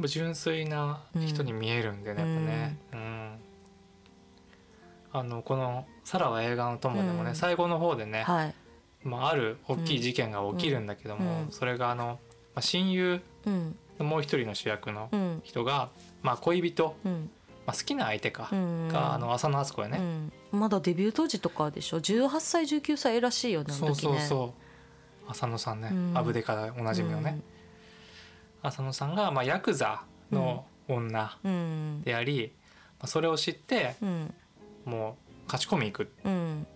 Speaker 1: ぱ純粋な人に見えるんでね、
Speaker 2: うん
Speaker 1: やっぱね、うん、あのこの「サラは映画の友」でもね、
Speaker 2: うん
Speaker 1: 最後の方でね、
Speaker 2: はい、
Speaker 1: まあ、ある大きい事件が起きるんだけども、
Speaker 2: うん
Speaker 1: それがあの、まあ、親友
Speaker 2: うん
Speaker 1: のもう一人の主役の
Speaker 2: うん
Speaker 1: 人が、まあ、恋人、
Speaker 2: うん
Speaker 1: まあ、好きな相手か、
Speaker 2: うん
Speaker 1: があの浅野敦子やね、
Speaker 2: うん、まだデビュー当時とかでしょ18歳19歳らしいよねあ
Speaker 1: そ
Speaker 2: の
Speaker 1: う
Speaker 2: 時
Speaker 1: そう
Speaker 2: ね
Speaker 1: そう浅野さんね、
Speaker 2: うん
Speaker 1: アブデカでおなじみのね、浅野さんが、まあ、ヤクザの女
Speaker 2: うん
Speaker 1: であり、まあ、それを知って
Speaker 2: うん
Speaker 1: もう勝ち込み行く
Speaker 2: うん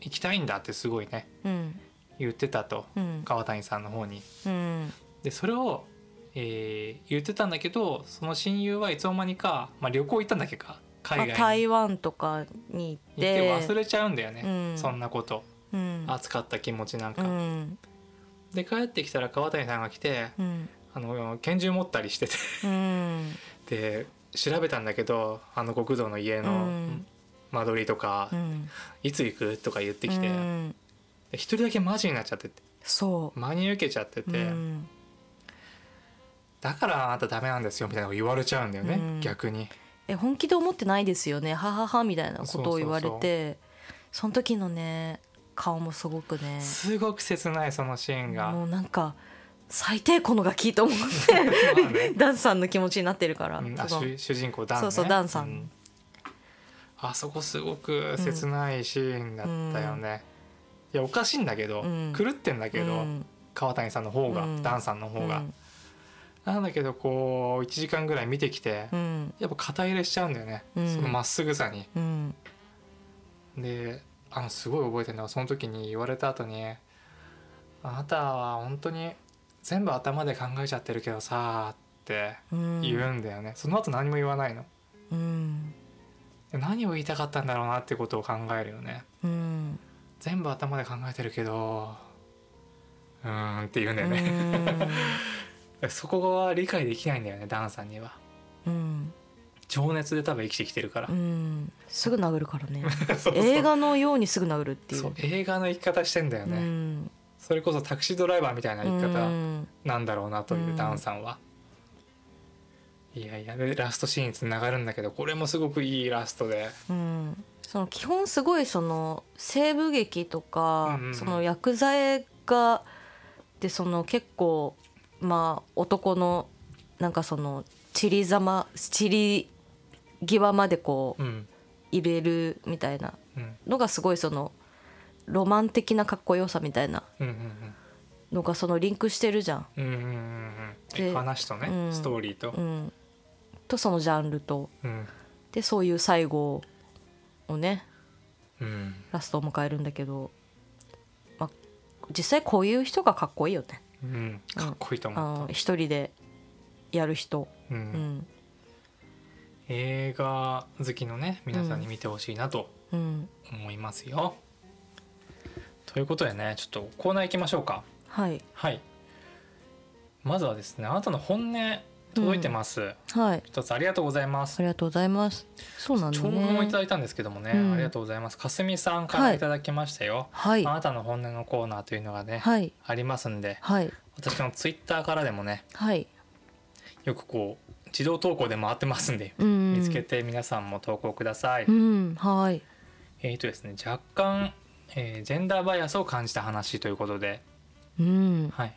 Speaker 1: 行きたいんだってすごいね
Speaker 2: うん
Speaker 1: 言ってたと
Speaker 2: うん
Speaker 1: 川谷さんの方に。
Speaker 2: うん
Speaker 1: でそれを、えー言ってたんだけどその親友はいつの間にか、まあ、旅行行ったんだっけか
Speaker 2: ま
Speaker 1: 海外
Speaker 2: あ
Speaker 1: に
Speaker 2: 台湾とかに行
Speaker 1: 行
Speaker 2: っ
Speaker 1: って
Speaker 2: て
Speaker 1: 忘れちゃうんだよね、
Speaker 2: うん
Speaker 1: そんなこと
Speaker 2: うん
Speaker 1: 熱かった気持ちなん
Speaker 2: う
Speaker 1: か。
Speaker 2: ん
Speaker 1: で帰ってきたら川谷さんが来て
Speaker 2: うん
Speaker 1: あの拳銃持ったりしてて (laughs)
Speaker 2: うん
Speaker 1: で調べたんだけどあの極道の家の
Speaker 2: うん
Speaker 1: 間取りとか、
Speaker 2: うん
Speaker 1: いつ行くとか言ってきて
Speaker 2: う
Speaker 1: で
Speaker 2: ん
Speaker 1: 一人だけマジになっちゃってて
Speaker 2: そう
Speaker 1: 真に受けちゃってて、
Speaker 2: うん
Speaker 1: だからあなたダメなんですよみたいなこと言われちゃうんだよね、
Speaker 2: うん
Speaker 1: 逆に。
Speaker 2: え本気で思ってないですよねはははみたいなことを言われ
Speaker 1: そう
Speaker 2: てその時のね顔もすごくね
Speaker 1: すごく切ないそのシーンが、
Speaker 2: (laughs) もうなんか最低このガキと思っ
Speaker 1: まあね
Speaker 2: てダンさんの気持ちになってるから、
Speaker 1: うんあ
Speaker 2: その
Speaker 1: 主主人公ダン、ね、
Speaker 2: そうそうダンさん
Speaker 1: うあそこすごく切ないシーンだったよね、いやおかしいんだけど、
Speaker 2: うん
Speaker 1: 狂ってんだけど、
Speaker 2: うん
Speaker 1: 川谷さんの方が、
Speaker 2: うん
Speaker 1: ダンさんの方が、
Speaker 2: うん
Speaker 1: なんだけどこう1時間ぐらい見てきて、
Speaker 2: うん
Speaker 1: やっぱ肩入れしちゃうんだよね、
Speaker 2: うん
Speaker 1: そのまっすぐさに。
Speaker 2: うん
Speaker 1: であのすごい覚えてるのはその時に言われた後に「あなたは本当に全部頭で考えちゃってるけどさ」って
Speaker 2: うん
Speaker 1: 言うんだよね、その後何も言わないの
Speaker 2: うん
Speaker 1: で何を言いたかったんだろうなってことを考えるよね
Speaker 2: うん
Speaker 1: 全部頭で考えてるけどうーんって言うんだよね、 (laughs) そこは理解できないんだよねダンさんには
Speaker 2: うん
Speaker 1: 情熱で多分生きてきてるから
Speaker 2: う、んすぐ殴るからね
Speaker 1: (laughs) そうそう
Speaker 2: 映画のようにすぐ殴るっていう
Speaker 1: そう映画の生き方してんだよね、
Speaker 2: うん
Speaker 1: それこそタクシードライバーみたいな生き方、
Speaker 2: うん
Speaker 1: なんだろうなといううんダンさんは。いやいやでラストシーンにつながるんだけどこれもすごくいいラストで、
Speaker 2: うん、その基本すごいその西部劇と
Speaker 1: うん
Speaker 2: か、
Speaker 1: うんうん
Speaker 2: その薬剤がでその結構まあ男のなんかその散りざま散り際までこう
Speaker 1: うん
Speaker 2: 入れるみたいな
Speaker 1: うん
Speaker 2: のがすごいそのロマン的なかっこよさみたいな
Speaker 1: うんうん
Speaker 2: のがそのリンクしてるじゃん。
Speaker 1: うんうんうんうんうん
Speaker 2: で
Speaker 1: 話とね、
Speaker 2: うん
Speaker 1: ストーリーと
Speaker 2: う、ん、とそのジャンルと
Speaker 1: うん
Speaker 2: でそういう最後をね
Speaker 1: うん
Speaker 2: ラストを迎えるんだけど、まあ、実際こういう人がかっこいいよね
Speaker 1: うんかっこいいと
Speaker 2: あ
Speaker 1: 思
Speaker 2: の
Speaker 1: った、
Speaker 2: 一人でやる人、
Speaker 1: うん
Speaker 2: うん
Speaker 1: 映画好きのね皆さんに見てほしいなと
Speaker 2: うん、
Speaker 1: 思いますよ、ということでねちょっとコーナー行きましょうか
Speaker 2: はい
Speaker 1: はいまずはですねあなたの本音届いてます
Speaker 2: はい
Speaker 1: 一、つありがとうございます
Speaker 2: ありがとうございますそうなんだ
Speaker 1: 長文をいた
Speaker 2: ね
Speaker 1: だいたんですけどもね、
Speaker 2: うん
Speaker 1: ありがとうございますかすみさんからいただきましたよ、
Speaker 2: はい
Speaker 1: あなたの本音のコーナーというのがね、
Speaker 2: はい
Speaker 1: ありますんで
Speaker 2: はい
Speaker 1: 私のツイッターからでもね
Speaker 2: はい
Speaker 1: よくこう自動投稿で回ってますんで、
Speaker 2: うん
Speaker 1: 見つけて皆さんも投稿ください、
Speaker 2: うんはい
Speaker 1: えーとですね若干、えージェンダーバイアスを感じた話ということで
Speaker 2: うん
Speaker 1: はい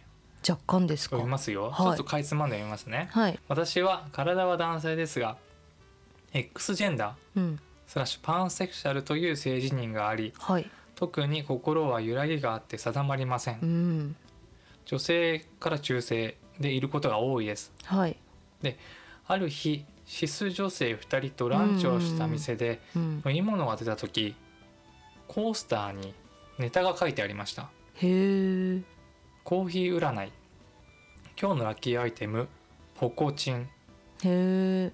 Speaker 2: 若干ですか
Speaker 1: 読みますよ、
Speaker 2: はい
Speaker 1: ちょっとかいつまんで読みますね
Speaker 2: はい
Speaker 1: 私は体は男性ですが X ジェンダー
Speaker 2: うん
Speaker 1: スラッシュパンセクシャルという性自認があり
Speaker 2: はい
Speaker 1: 特に心は揺らぎがあって定まりません、
Speaker 2: うん
Speaker 1: 女性から中性でいることが多いです
Speaker 2: はい
Speaker 1: ある日シス女性2人とランチをした店で
Speaker 2: うん
Speaker 1: 飲み物が出た時コースターにネタが書いてありました
Speaker 2: へえ
Speaker 1: コーヒー占い今日のラッキーアイテムポコチン
Speaker 2: へえ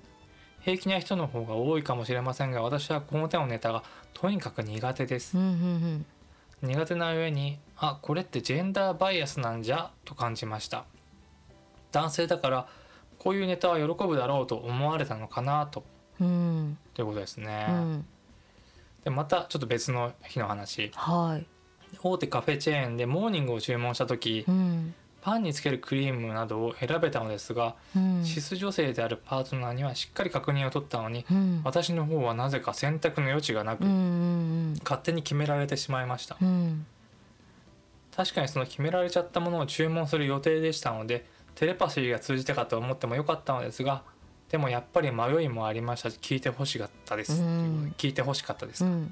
Speaker 1: 平気な人の方が多いかもしれませんが私はこの手のネタがとにかく苦手です
Speaker 2: うんうん
Speaker 1: 苦手な上にあこれってジェンダーバイアスなんじゃと感じました男性だからこういうネタは喜ぶだろうと思われたのかなと
Speaker 2: うんうん
Speaker 1: ということですね、
Speaker 2: うん
Speaker 1: でまたちょっと別の日の話
Speaker 2: はい
Speaker 1: 大手カフェチェーンでモーニングを注文した時
Speaker 2: うん
Speaker 1: パンにつけるクリームなどを選べたのですが
Speaker 2: うん
Speaker 1: シス女性であるパートナーにはしっかり確認を取ったのに
Speaker 2: うん
Speaker 1: 私の方はなぜか選択の余地がな
Speaker 2: う
Speaker 1: く
Speaker 2: んうん
Speaker 1: 勝手に決められてしまいました
Speaker 2: うんうん
Speaker 1: 確かにその決められちゃったものを注文する予定でしたのでテレパシーが通じたかと思ってもよかったのですがでもやっぱり迷いもありましたし聞いてほしかったです、
Speaker 2: うん
Speaker 1: 聞いてほしかったです、
Speaker 2: うん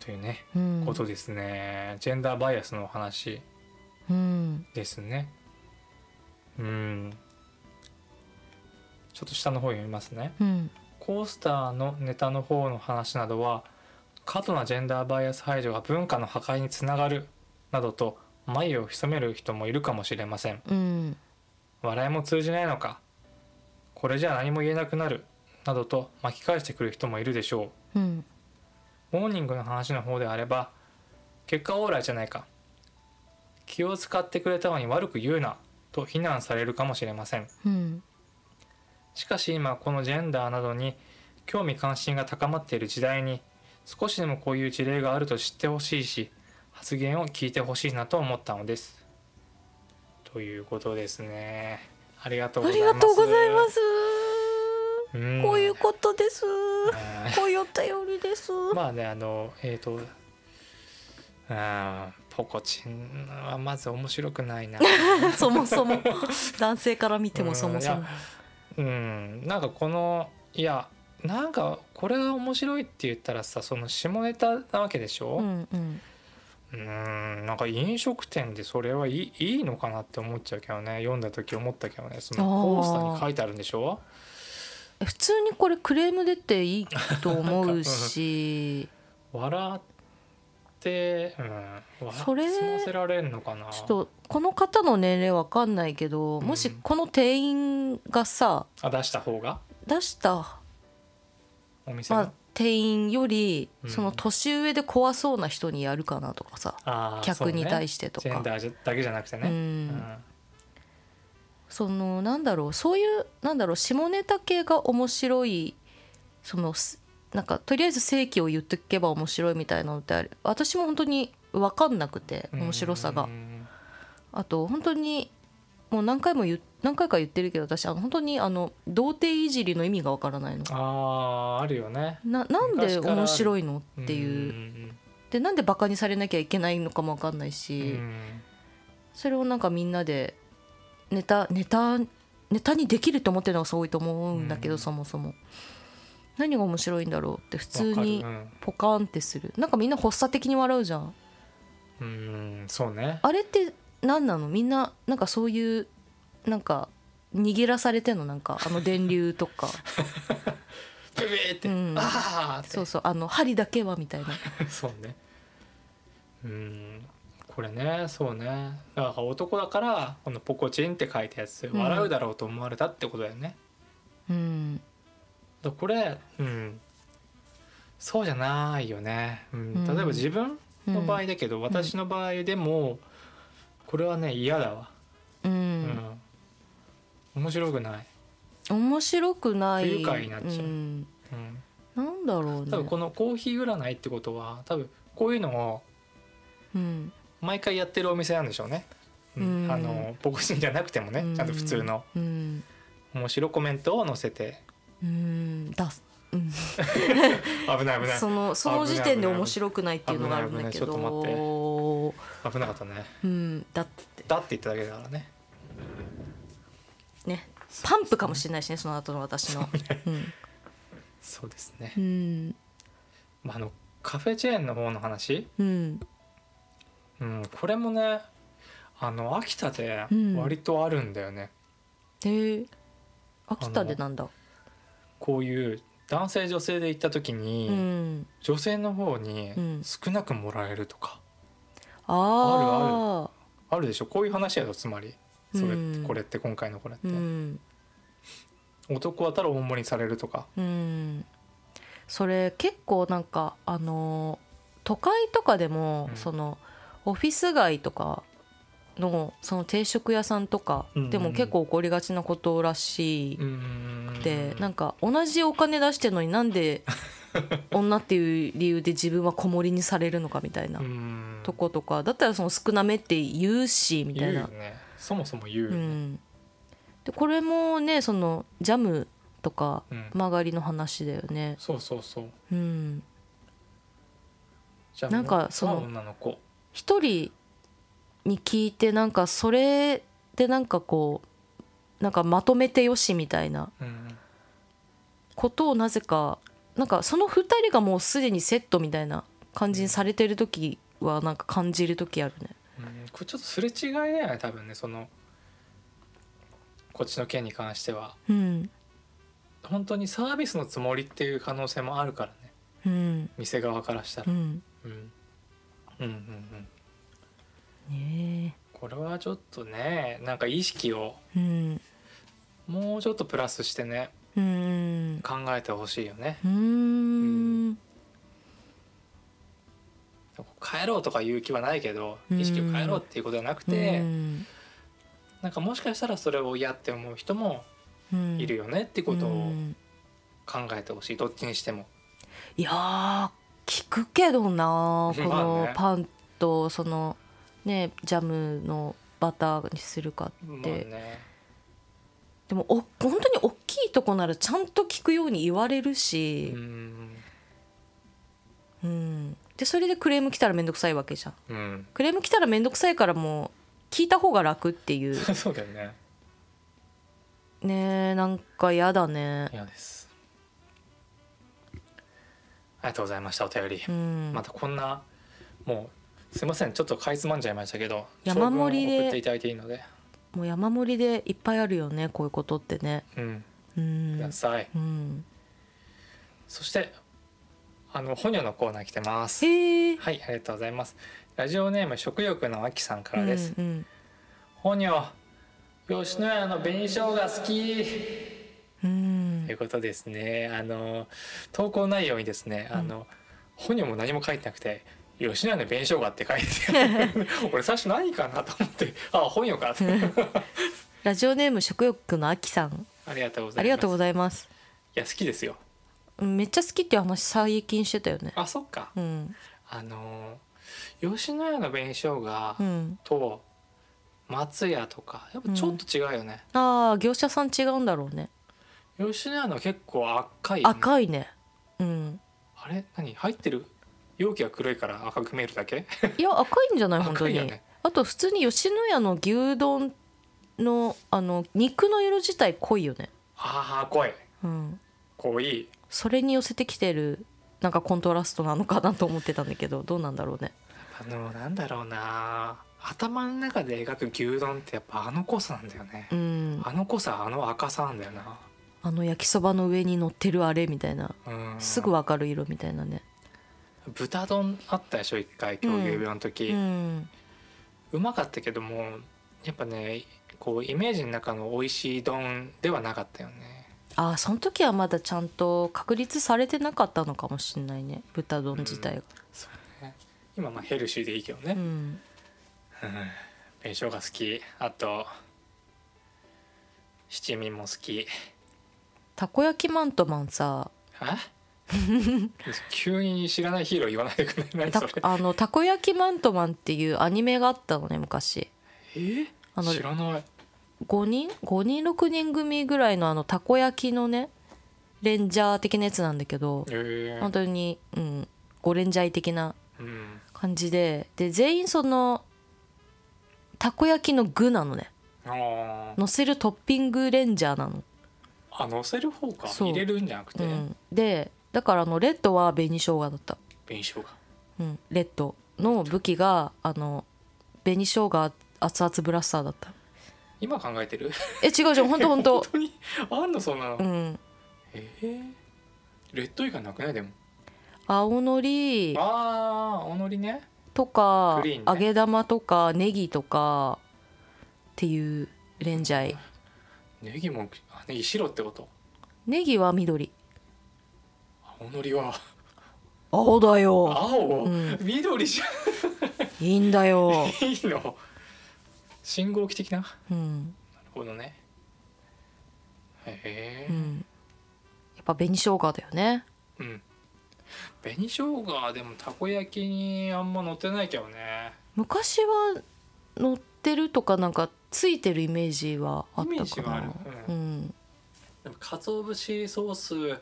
Speaker 1: というね
Speaker 2: うん
Speaker 1: ことですねジェンダーバイアスのお話
Speaker 2: うん
Speaker 1: ですねうんちょっと下の方読みますね
Speaker 2: うん
Speaker 1: コースターのネタの方の話などは過度なジェンダーバイアス排除が文化の破壊につながるなどと眉を潜める人もいるかもしれません
Speaker 2: うん
Speaker 1: 笑いも通じないのかこれじゃ何も言えなくなるなどと巻き返してくる人もいるでしょ
Speaker 2: うん
Speaker 1: うモーニングの話の方であれば結果オーライじゃないか気を使ってくれたのに悪く言うなと非難されるかもしれません
Speaker 2: うん
Speaker 1: しかし今このジェンダーなどに興味関心が高まっている時代に少しでもこういう事例があると知ってほしいし発言を聞いてほしいなと思ったのです。ということですね。ありがとう
Speaker 2: あ
Speaker 1: ござ
Speaker 2: り
Speaker 1: います。
Speaker 2: がとうございます。
Speaker 1: うん
Speaker 2: こういうことです。
Speaker 1: うん
Speaker 2: こういうお便りです。
Speaker 1: まあねあのえっ、とうんポコチンはまず面白くない
Speaker 2: (laughs)
Speaker 1: な。
Speaker 2: (laughs) そもそも男性から見てもそもそ
Speaker 1: うん
Speaker 2: も
Speaker 1: いや。うんなんかこのいやなんかこれが面白いって言ったらさその下ネタなわけでし
Speaker 2: う
Speaker 1: ょ
Speaker 2: んうん
Speaker 1: うんなんか飲食店でそれはいいいいのかなって思っちゃうけどね読んだ時思ったけどねその
Speaker 2: あー
Speaker 1: コースターに書いてあるんでしょ
Speaker 2: え普通にこれクレーム出ていいと思うし、
Speaker 1: 笑って、うん、笑
Speaker 2: それ
Speaker 1: って済ませられんのかな
Speaker 2: ちょっとこの方の年齢わかんないけど、もしこの店員がさ
Speaker 1: あ出した方が
Speaker 2: 出した
Speaker 1: お店
Speaker 2: ま
Speaker 1: の、
Speaker 2: あ店員より
Speaker 1: うん
Speaker 2: その年上で怖そうな人にやるかなとかさ、
Speaker 1: あー
Speaker 2: 客に対
Speaker 1: して
Speaker 2: してと
Speaker 1: ジェ
Speaker 2: か
Speaker 1: ン。ダーじゃだけじゃなくて
Speaker 2: う
Speaker 1: ね、
Speaker 2: んそのなんだろうそういうなんだろう下ネタ系が面白いそのすなんかとりあえず正規を言ってけば面白いみたいなのってある私も本当に分かんなくて
Speaker 1: うん
Speaker 2: 面白さが
Speaker 1: うん
Speaker 2: あと本当にもう何回も言う何回か言ってるけど私あの本当にあの童貞いじりの意味が分からないの
Speaker 1: あーあるよね
Speaker 2: ななんで面白いのっていう
Speaker 1: うん
Speaker 2: でなんでバカにされなきゃいけないのかも分かんないうし、
Speaker 1: ん
Speaker 2: それをなんかみんなでネタネタネタにできると思ってるのがすごいと思うんだけど、
Speaker 1: うん
Speaker 2: そもそも何が面白いんだろうって普通に
Speaker 1: わか
Speaker 2: ポカンってするなんかみんな発作的に笑うじゃん
Speaker 1: るうん、うんそうね
Speaker 2: あれって何なのみんななんかそういうなんか握らされてんのなんかあの電流と
Speaker 1: (laughs)
Speaker 2: か
Speaker 1: ブビーって、
Speaker 2: うん
Speaker 1: ああって
Speaker 2: そうそうあの針だけはみたいな
Speaker 1: (laughs) そうねうんこれねそうねだから男だからこの「ポコチン」って書いたやつ
Speaker 2: ん
Speaker 1: 笑うだろうと思われたってことだよね、
Speaker 2: うん
Speaker 1: だからこれうんそうじゃないよね、う
Speaker 2: うん
Speaker 1: ん、例えば自分の場合だけど、私の場合でもこれはね嫌だわ、
Speaker 2: うん、
Speaker 1: うん面白くない、
Speaker 2: 面白くない
Speaker 1: 不愉快になっちゃうんうん、
Speaker 2: なんだろうね
Speaker 1: 多分このコーヒー占いってことは多分こういうのを
Speaker 2: うん
Speaker 1: 毎回やってるお店なんでしょうね、うん
Speaker 2: うん
Speaker 1: あのボクシングじゃなくてもね、
Speaker 2: うん
Speaker 1: ちゃんと普通の
Speaker 2: うん
Speaker 1: 面白コメントを載せて
Speaker 2: うんだすうん
Speaker 1: 危ない危ない
Speaker 2: そのその時点で面白くないっていうのがあるんだけど
Speaker 1: 危ない危ないち危なかったね
Speaker 2: うんだって
Speaker 1: だって言っただけだからね
Speaker 2: ねパンプかもしれないしねその後の私の
Speaker 1: そうですね、
Speaker 2: うん
Speaker 1: まあ、あのカフェチェーンの方の話、
Speaker 2: うん
Speaker 1: うん、これもねあの秋田で
Speaker 2: うん
Speaker 1: 割とあるんだよね、
Speaker 2: で秋田でなんだ
Speaker 1: こういう男性女性で行った時
Speaker 2: う
Speaker 1: に、
Speaker 2: ん
Speaker 1: 女性の方に
Speaker 2: うん
Speaker 1: 少なくもらえるとか、
Speaker 2: ああ
Speaker 1: あるでしょこういう話やろつまりそれ、
Speaker 2: うん
Speaker 1: これって今回のこれって、
Speaker 2: うん
Speaker 1: 男はたら大盛りにされるとか
Speaker 2: うんそれ結構なんかあのー都会とかでも、
Speaker 1: うん
Speaker 2: そのオフィス街とかのその定食屋さんとか
Speaker 1: うんうんうん
Speaker 2: でも結構起こりがちなことらしいで、
Speaker 1: で
Speaker 2: なん
Speaker 1: か
Speaker 2: か同じお金出してるのになん
Speaker 1: (laughs)
Speaker 2: で女っていう理由で自分は子守りにされるのかみたいなとことかだったらその少なめって言うしみた
Speaker 1: 言
Speaker 2: いうな
Speaker 1: よねそもそも言うよ
Speaker 2: う
Speaker 1: ね、
Speaker 2: ん、でこれもねそのジャムとか
Speaker 1: うん
Speaker 2: 曲がりの話だよね。
Speaker 1: そうそうそう
Speaker 2: うん、
Speaker 1: じゃあ
Speaker 2: なんかその
Speaker 1: まあ女の子
Speaker 2: 一人に聞いてなんかそれでなんかこうなんかまとめてよしみたいな
Speaker 1: うん
Speaker 2: ことをなぜかなんかその2人がもうすでにセットみたいな感じにされてる時はなんか感じる時あるね。
Speaker 1: うんこれちょっとすれ違いだよね多分ねそのこっちの件に関しては
Speaker 2: うん
Speaker 1: 本当にサービスのつもりっていう可能性もあるからね
Speaker 2: うん
Speaker 1: 店側からした
Speaker 2: う
Speaker 1: ら、
Speaker 2: ん
Speaker 1: うん、うんうんうん
Speaker 2: ね
Speaker 1: これはちょっとねなんか意識を
Speaker 2: えうん
Speaker 1: もうちょっとプラスしてね
Speaker 2: うん
Speaker 1: 考えてほしいよね
Speaker 2: うーん
Speaker 1: 帰ろうとかいう気はないけど
Speaker 2: うん
Speaker 1: 意識を変えろっていうことじゃなくて、
Speaker 2: うん
Speaker 1: なんかもしかしたらそれを嫌って思う人も
Speaker 2: うん
Speaker 1: いるよねってこと
Speaker 2: う
Speaker 1: を
Speaker 2: ん
Speaker 1: 考えてほしいどっちにしても。
Speaker 2: いやー聞くけどなこ
Speaker 1: (laughs) まあ
Speaker 2: の
Speaker 1: ね
Speaker 2: パンとそのねジャムのバターにするか
Speaker 1: まあ
Speaker 2: って、
Speaker 1: ね、
Speaker 2: でもお本当に大きいとこならちゃんと聞くように言われる
Speaker 1: う
Speaker 2: し、
Speaker 1: ん、
Speaker 2: うんでそれでクレーム来たら面倒くさいわけじゃん
Speaker 1: うん、 (laughs)
Speaker 2: クレーム来たら面倒くさいからもう聞いた方が楽っ
Speaker 1: (laughs)
Speaker 2: ていう
Speaker 1: そうだよね。
Speaker 2: ねえなんかやだね
Speaker 1: 嫌です。ありがとうございましたお便り
Speaker 2: う。ん、
Speaker 1: またこんなもうすいませんちょっとかいつまんじゃいましたけど
Speaker 2: 山盛りで
Speaker 1: 長文を送っていただいていいので、
Speaker 2: もう山盛りでいっぱいあるよねこういうことってね
Speaker 1: うん、
Speaker 2: う
Speaker 1: くだ
Speaker 2: ん、
Speaker 1: さい。
Speaker 2: うん、
Speaker 1: そしてあの哺乳のコーナー来てます。
Speaker 2: へえ
Speaker 1: はい、ありがとうございます。ラジオネーム食欲の秋さんからです。
Speaker 2: うん
Speaker 1: 哺乳吉野家の紅生姜好き
Speaker 2: うんうん
Speaker 1: ということですね。あの投稿内容にですね、あの哺乳も何も書いてなくて。吉野家の紅生姜って書いて
Speaker 2: (laughs)
Speaker 1: て俺最初何かなと思ってあ本よかと
Speaker 2: ラジオネーム食欲のあきさん
Speaker 1: ありがとうございます
Speaker 2: ありがとう
Speaker 1: い
Speaker 2: ございます
Speaker 1: や好きですよ
Speaker 2: うんめっちゃ好きっていう話最近してたよね
Speaker 1: あそっか
Speaker 2: うん
Speaker 1: あの吉野家の紅生姜
Speaker 2: うん
Speaker 1: と松屋とかやっぱちょっと違うよね、
Speaker 2: ああ業者さん違うんだろうね
Speaker 1: 吉野家の結構赤いよね、
Speaker 2: 赤いねうん
Speaker 1: あれ何入ってる容器が黒いから赤く見えるだけ
Speaker 2: いや赤いんじゃない本当
Speaker 1: 赤い
Speaker 2: に、
Speaker 1: よね
Speaker 2: あと普通に吉野家の牛丼のあの肉の色自体濃いよね
Speaker 1: ああ濃い
Speaker 2: うん
Speaker 1: 濃い
Speaker 2: それに寄せてきてるなんかコントラストなのかなと思ってたんだけどどうなんだろうね
Speaker 1: あのなんだろうな頭の中で描く牛丼ってやっぱあの濃さなんだよね、
Speaker 2: うん、
Speaker 1: あの濃さあの赤さなんだよな、
Speaker 2: あの焼きそばの上に乗ってるあれみたいな
Speaker 1: うん、
Speaker 2: すぐわかる色みたいなね、
Speaker 1: 豚丼あったでしょ一回狂牛病の時、
Speaker 2: う、
Speaker 1: うんまかったけどもやっぱねこうイメージの中の美味しい丼ではなかったよね
Speaker 2: あその時はまだちゃんと確立されてなかったのかもしれないね豚丼自体が、
Speaker 1: そうね今まあヘルシーでいいけど
Speaker 2: う
Speaker 1: ね
Speaker 2: ん
Speaker 1: 紅生姜好きあと七味も好き
Speaker 2: たこ焼きマントマンさ (laughs)
Speaker 1: あ急に知らないヒーロー言わないでくれない
Speaker 2: た
Speaker 1: それ
Speaker 2: あのたこ焼きマントマンっていうアニメがあったのね昔
Speaker 1: え
Speaker 2: あの
Speaker 1: 知らない
Speaker 2: 5人5人6人組ぐらいのあのたこ焼きのねレンジャー的なやつなんだけど
Speaker 1: え
Speaker 2: 本当にうんゴレンジャー的な
Speaker 1: うん
Speaker 2: 感じでで全員そのたこ焼きの具なのね
Speaker 1: あー
Speaker 2: 乗せるトッピングレンジャーなの、
Speaker 1: あ乗せる方か
Speaker 2: そう
Speaker 1: 入れるんじゃなく
Speaker 2: う
Speaker 1: て
Speaker 2: ん、でだからあのレッドは紅生姜だった、
Speaker 1: 紅生姜
Speaker 2: うん、レッドの武器があの紅生姜熱々ブラスターだった
Speaker 1: 今考えてる
Speaker 2: え違うじゃん本当本 (laughs) 当
Speaker 1: にあんのそんなの、
Speaker 2: うん
Speaker 1: ええレッド以外なくないでも
Speaker 2: 青のり
Speaker 1: ああおのりね
Speaker 2: とか、
Speaker 1: グリーンね
Speaker 2: 揚げ玉とかネギとかっていうレンジャー
Speaker 1: ネギもあネギ白ってこと
Speaker 2: ネギは緑
Speaker 1: あおのりは
Speaker 2: 青だよ
Speaker 1: 青、
Speaker 2: うん
Speaker 1: 緑じゃ
Speaker 2: いいんだよ、
Speaker 1: いいの信号機的なな
Speaker 2: うん、
Speaker 1: るほどねへえ
Speaker 2: うん、やっぱ紅生姜だよね
Speaker 1: うん、紅生姜でもたこ焼きにあんま乗ってないけどね
Speaker 2: 昔は乗ってるとかなんかついてるイメージはあっ
Speaker 1: イメー
Speaker 2: た
Speaker 1: ジ
Speaker 2: か
Speaker 1: はあ
Speaker 2: な
Speaker 1: る
Speaker 2: う、
Speaker 1: うんでも鰹節ソース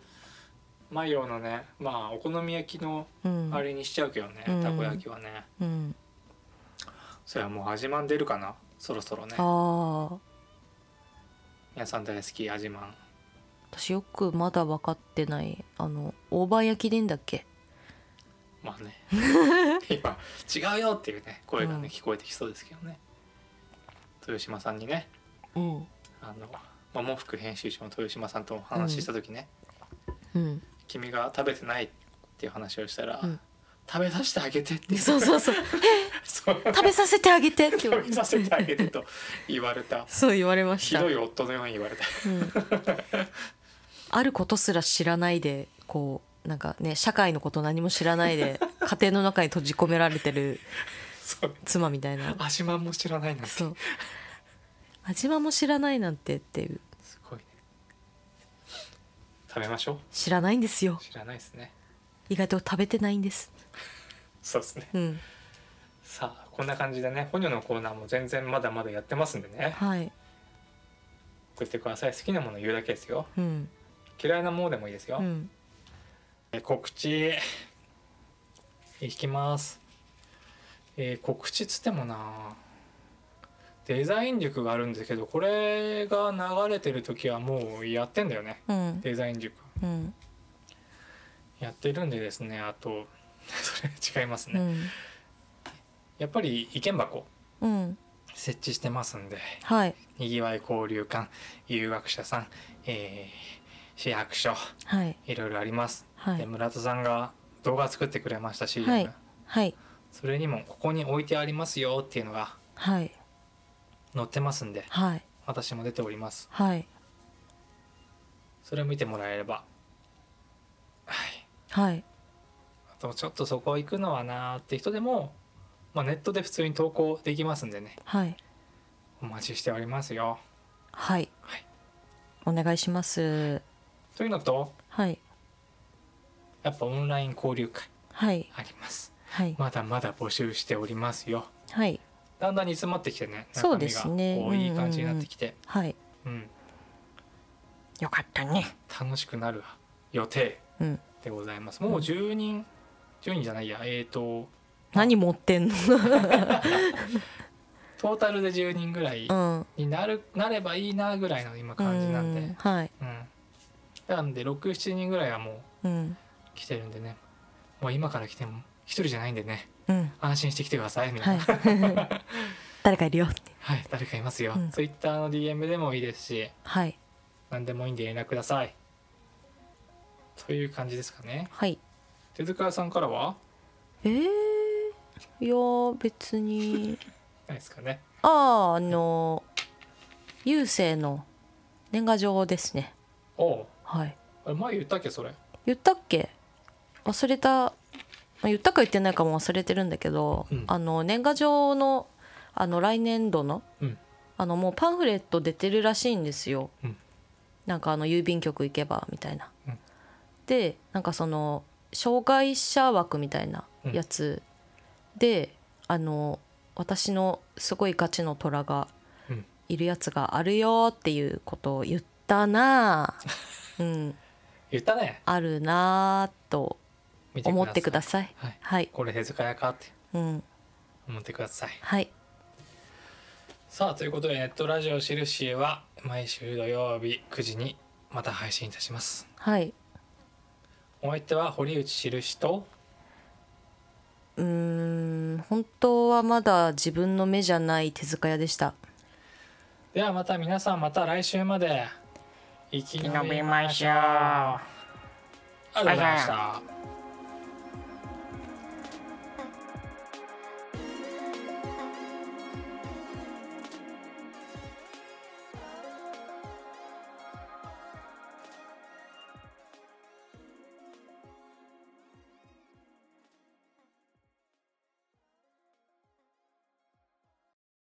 Speaker 1: マヨのねまあお好み焼きの
Speaker 2: うん
Speaker 1: あれにしちゃうけどね、
Speaker 2: うん
Speaker 1: たこ焼きはね
Speaker 2: うん、
Speaker 1: それはもう味まん出るかなそろそろね
Speaker 2: ああ
Speaker 1: 皆さん大好き味まん
Speaker 2: 私よくまだ分かってないあの大判焼きでいいんだっけ
Speaker 1: まあね (laughs) 今違うよっていうね声がね、
Speaker 2: うん
Speaker 1: 聞こえてきそうですけどね豊島さんにね
Speaker 2: うん、
Speaker 1: あのまあ、モフク編集長の豊島さんとお話しした時ね、
Speaker 2: うん、
Speaker 1: 君が食べてないっていう話をしたら、
Speaker 2: うん
Speaker 1: 食べさせてあげてって
Speaker 2: そうそうそう
Speaker 1: (laughs) そう
Speaker 2: 食べさせてあげてって言わ
Speaker 1: 食
Speaker 2: れ
Speaker 1: べさせてあげてと言わ (laughs) れた
Speaker 2: (laughs) そう言われまし
Speaker 1: ひ
Speaker 2: た
Speaker 1: どい夫のように言われた (laughs)
Speaker 2: うん、あることすら知らないでこうなんかね社会のこと何も知らないで家庭の中に閉じ込められてる
Speaker 1: そう
Speaker 2: 妻みたいな
Speaker 1: 味まんも知らないなんてす
Speaker 2: そう味はも知らないなんてっていう
Speaker 1: ごいね食べましょ
Speaker 2: 知らないんですよ
Speaker 1: う知らないですね
Speaker 2: 意外と食べてないんです
Speaker 1: そうですね
Speaker 2: うん
Speaker 1: さあこんな感じでね「ポニョ」のコーナーも全然まだまだやってますんでね
Speaker 2: はい
Speaker 1: 送ってください好きなもの言うだけですよ
Speaker 2: うん
Speaker 1: 嫌いなものでもいいですよ、
Speaker 2: うん
Speaker 1: えー告知いきます、えー告知つってもなデザイン塾があるんですけどこれが流れてる時はもうやってんだよね
Speaker 2: うん
Speaker 1: デザイン塾
Speaker 2: うん
Speaker 1: やってるんでですねあと (laughs) それ違います
Speaker 2: う
Speaker 1: ね、
Speaker 2: ん
Speaker 1: やっぱり意見箱
Speaker 2: うん
Speaker 1: 設置してますんで
Speaker 2: はい
Speaker 1: にぎわい交流館有学者さん、えー市役所
Speaker 2: はい
Speaker 1: いろいろあります、
Speaker 2: は
Speaker 1: で
Speaker 2: い
Speaker 1: 村田さんが動画作ってくれましたし、
Speaker 2: はいはい
Speaker 1: それにもここに置いてありますよっていうのが
Speaker 2: はい
Speaker 1: 載ってますんで
Speaker 2: はい
Speaker 1: 私も出ております
Speaker 2: はい
Speaker 1: それを見てもらえればはい
Speaker 2: はい
Speaker 1: あとちょっとそこ行くのはなーって人でも、まあ、ネットで普通に投稿できますんでね
Speaker 2: はい
Speaker 1: お待ちしておりますよ
Speaker 2: はい
Speaker 1: はい
Speaker 2: お願いします
Speaker 1: というのと
Speaker 2: はい
Speaker 1: やっぱオンライン交流会
Speaker 2: はい
Speaker 1: あります
Speaker 2: はい
Speaker 1: まだまだ募集しておりますよ
Speaker 2: はい
Speaker 1: だんだん煮詰まってきてね
Speaker 2: そうですね
Speaker 1: 中身がこういい感じになってきて、
Speaker 2: はい
Speaker 1: うん、
Speaker 2: よかったね
Speaker 1: 楽しくなる予定
Speaker 2: うん
Speaker 1: でございますもう10人10人じゃないやえーと
Speaker 2: 何持ってんの
Speaker 1: トータルで10人ぐらい
Speaker 2: うん
Speaker 1: になるなればいいなぐらいの今感じなんで
Speaker 2: うはい
Speaker 1: うんなんで67人ぐらいはも
Speaker 2: うん
Speaker 1: う来てるんでねもう今から来ても一人じゃないんでね
Speaker 2: うん
Speaker 1: 安心してきてくださいみた
Speaker 2: は
Speaker 1: (laughs)
Speaker 2: い (laughs) い
Speaker 1: な、、
Speaker 2: 誰かいるよって
Speaker 1: はい、誰かいますよ、
Speaker 2: うん
Speaker 1: Twitter の DM でもいいですし
Speaker 2: はい
Speaker 1: 何でもいいんで連絡くださいという感じですかね
Speaker 2: はい
Speaker 1: 手塚さんからは
Speaker 2: えー、いやー別に
Speaker 1: ないですかね
Speaker 2: あああの郵政の年賀状ですね
Speaker 1: おお
Speaker 2: はい
Speaker 1: あれ前言ったっけそれ
Speaker 2: 言ったっけ忘れたまあ言ったか言ってないかも忘れてるんだけど、
Speaker 1: うん
Speaker 2: あの年賀状のあの来年度の,、
Speaker 1: うん
Speaker 2: あのもうパンフレット出てるらしいんですよ、
Speaker 1: うん
Speaker 2: なんかあの郵便局行けばみたいな、
Speaker 1: うん
Speaker 2: でなんかその障害者枠みたいなやつで、あの私のすごいガチの虎が
Speaker 1: うん
Speaker 2: いるやつがあるよっていうことを言ったなあ
Speaker 1: (laughs)
Speaker 2: うん
Speaker 1: 言ったね
Speaker 2: あるなぁと
Speaker 1: 見
Speaker 2: 思ってください。
Speaker 1: いはい
Speaker 2: はい、
Speaker 1: これ手塚やかって
Speaker 2: うん、
Speaker 1: 思ってください
Speaker 2: はい、
Speaker 1: さあということでネットラジオしるしへは毎週土曜日9時にまた配信いたします
Speaker 2: はい、
Speaker 1: お相手は堀内しるしと
Speaker 2: うーん、本当はまだ自分の目じゃない手塚屋でした。
Speaker 1: ではまた皆さんまた来週まで生き延びましょうありがとうございました